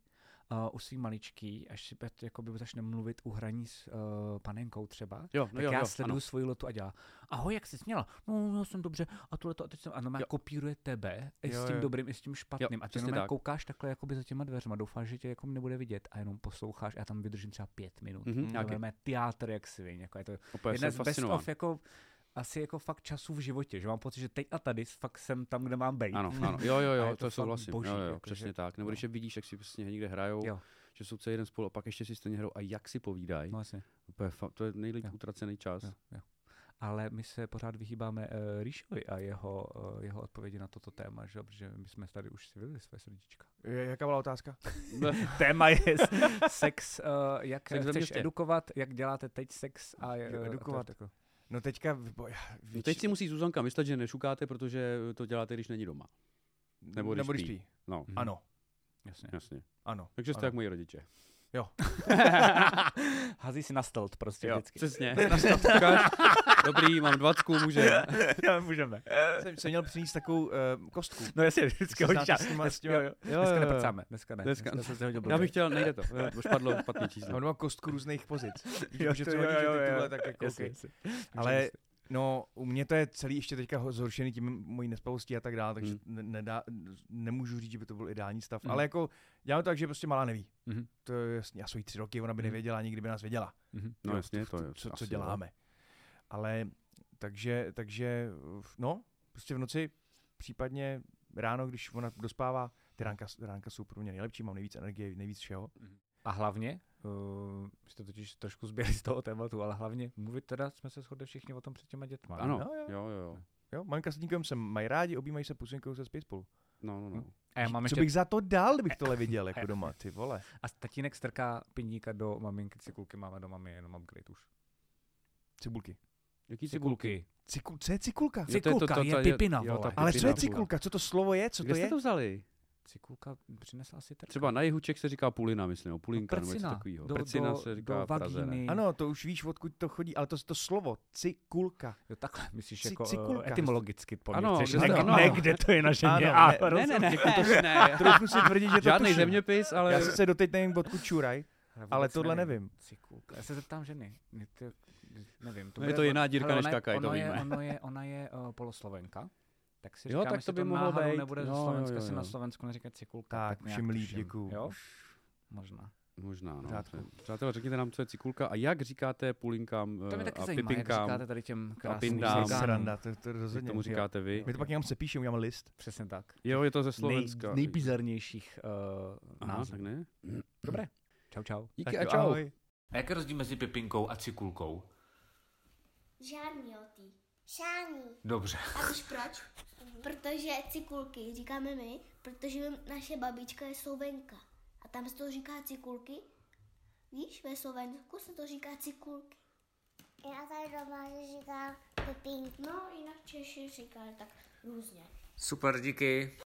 D: Uh, u svý maličký, až si pet, jakoby, začne mluvit u hraní s uh, panenkou třeba,
B: Jo, no
D: tak
B: jo,
D: já
B: jo,
D: sleduju
B: ano.
D: svoji lotu a dělá, ahoj, jak jsi směla? No, já jsem dobře, a tohle to, a teď jsem, ano, má
B: Jo.
D: kopíruje tebe, i
C: Jo,
D: s tím
C: jo.
D: dobrým, i s tím špatným. a ty
B: přesně
D: jenom
B: tak.
D: koukáš takhle jakoby za těma dveřma, doufáš, že tě jako nebude vidět a jenom posloucháš, já tam vydržím třeba pět minut.
B: Mhm,
D: Mm-hmm,
B: taky.
D: to je teátr, jak svin, jako je to
B: Opět
D: jedna
B: jsem
D: z best
B: fascinován.
D: of jako asi jako fakt času v životě, že mám pocit, že teď a tady fakt jsem tam, kde mám být.
B: Ano, ano, jo, jo,
D: A je
B: jo,
D: to
B: to
D: fakt
B: souhlasím,
D: boží,
B: jo, jo,
D: jakože-
B: přesně tak. Nebo
D: no.
B: když je vidíš, jak si přesně někde hrajou,
D: Jo.
B: že jsou celý den spolu a pak ještě si stejně hrajou a jak si povídají.
D: No, jasně.
B: To je, fa- to je nejlíp
D: Jo.
B: utracený čas.
D: Jo, jo. Ale my se pořád vyhýbáme uh, Ríšovi a jeho, uh, jeho odpovědi na toto téma, že? jo, protože my jsme tady už si vyli své srdíčka.
C: Je- Jaká byla otázka?
D: Téma je sex, uh, jak
B: Sex
D: sex
B: ve
D: chceš
B: městě.
D: edukovat, jak děláte teď sex a eh,
C: Jo,
D: a to je
C: edukovat.
D: Jako,
C: No teďka... bo- já-
B: No teď si musí Zuzanka myslet, že nešukáte, protože to děláte, když není doma. nebo když
C: nebo když
B: spí.
C: spí.
B: No,
D: Mhm.
C: Ano,
D: Jasně.
B: jasně.
C: ano.
B: Takže jste
C: ano.
B: jak moji rodiče.
D: Hazí si na stelt prostě jo. vždycky.
B: přesně. Na stavkař. Dobrý, mám dvacku, může.
D: Jo, můžeme.
C: Jsem, jsem měl přinést takovou uh, kostku.
D: No jasně,
C: Se
D: vždycky hodíš.
C: znáte s těma- s těma-
D: Jo, jo.
C: jo,
D: Dneska
C: jo, jo.
D: neprcáme, dneska ne.
B: Dneska-
D: jsem se hodil
B: Já
D: blbě.
B: bych chtěl, nejde to. Eh, Špadlo špatný
C: A
B: číslo.
C: on má kostku různých pozic. Víš,
D: Jo,
C: že
D: to
C: co
D: jo,
C: hodíš, že
D: jo,
C: teď
D: jo,
C: tohle
D: jo.
C: tak jako,
D: Jasně,
C: okay.
D: jasně.
C: Ale
B: prostě-
C: no, u mě to je celý ještě teďka ho- zhoršený tím mojí nespavostí a tak dále, takže
B: Mhm.
C: ne- nedá, nemůžu říct, že by to byl ideální stav.
D: Mhm.
C: Ale jako děláme to tak, že prostě malá neví.
D: Mhm.
C: To je jasný. Já jsou jí tři roky, ona by
D: Mhm.
C: nevěděla ani, kdyby nás věděla.
D: Mhm.
B: No
C: jo,
B: jasně, to je.
C: co,
B: asi
C: co
B: jo.
C: děláme. Ale takže, takže, v- no, prostě v noci, případně ráno, když ona dospává, ty ránka, ránka jsou pro mě nejlepší, mám nejvíc energie, nejvíc všeho.
D: A hlavně, uh, jste totiž trošku zběli z toho tématu, ale hlavně mluvit teda, jsme se shodli všichni o tom před těma dětma. ne?
B: Ano,
C: No, jo.
B: jo, jo, jo.
C: Jo, maminka s tatínkem se mají rádi, objímají se, pusinkou se, spí spolu.
B: No, no, no.
D: A já mám
C: Co
D: ještě,
C: bych za to dal,
B: Eh,
C: kdybych tohle viděl jako doma, ty vole.
D: a tatínek strká pindíka do maminky, cikulky máme doma, my jenom upgrade už.
C: Cibulky.
B: Jaký cibulky?
C: Ciku, co je cikulka?
B: Jo, to je to-
D: Cikulka
B: to-
D: je
B: to je-
D: pipina,
B: jo,
D: vole.
B: ta
C: Ale co je
B: Pipina.
C: cikulka? Co to slovo je? Co to
B: Kde
C: je?
B: jste to vzali?
D: Cikulka přinesla asi terka.
B: Třeba na jihu Čech se říká pulina, myslím, nebo pulinka, nebo něco
D: prcina.
B: takového.
D: Do-
B: Prcina
D: do-
B: se
D: do
B: říká v Praze, ne?
D: vagíny.
C: Ano, to už víš, odkud to chodí, ale to, to slovo, cikulka.
D: Jo, takhle myslíš
C: Ci-
D: jako
C: cikulka.
D: cikulka. etymologicky po
B: Ano,
D: ano, chceš, no.
B: ano,
D: ne,
B: ano.
D: ne, kde to je naše
C: Ano,
D: mě.
C: ne,
D: a,
C: ne,
B: Ne, ne, ne, to ne.
C: Trochu si tvrdí, že to
B: Žádný
C: tuším.
B: zeměpis, ale...
C: Já sice doteď nevím, odkud čuraj, ale tohle nevím.
D: Cikulka. Já se zeptám ženy. Ne, ty, nevím.
B: Je
D: bude- jako-
B: to jiná dírka
D: Hele,
B: než
D: ona je-
B: kakaj, to
D: ono je-
B: víme.
D: Ono je, ona je uh, poloslovenka. Tak si
B: Jo,
D: říkám,
B: tak
D: jestli
B: to by
D: to
B: mohlo
D: náhodou
B: být.
D: nebude
B: Jo,
D: ze
B: jo,
D: Slovenska,
B: jo,
D: si na
B: jo.
D: Slovensku neříkat cikulka.
C: Tak,
D: nějak
C: všim líp,
D: tuším.
C: děkuju.
D: Jo? Možná.
B: Možná, no.
C: Pořádku.
B: Přátelé, řekněte nám, co je cikulka a jak říkáte pulinkám
D: To mě
B: eh,
D: taky
B: a
D: zajímá, jak říkáte
B: pipinkám,
D: tady těm
B: krásným
D: krásným
B: pindám.
C: Dám.
B: Dám.
C: Sranda, to, to
B: jak
C: rozhodně.
B: tomu říkáte vy.
C: My to pak jenom sepíšeme, uděláme list.
D: Přesně tak.
B: Jo, je to ze
D: Nej,
B: Slovenska.
D: nejbizarnějších uh,
B: Aha,
D: názvů.
B: tak ne?
D: Dobré. Čau, čau.
B: Díky
C: Tak
B: a
C: jo,
B: čau.
C: ahoj.
E: A jaký je rozdíl mezi pipinkou a cikulkou?
A: Žádný otý. Žádný.
E: Dobře.
A: A víš proč? Protože cikulky říkáme my, protože naše babička je Slovenka. A tam se to říká cikulky. Víš, ve Slovensku se to říká cikulky. Já tady doma říkám pepínky. No, jinak Češi říkali tak různě.
E: Super, díky.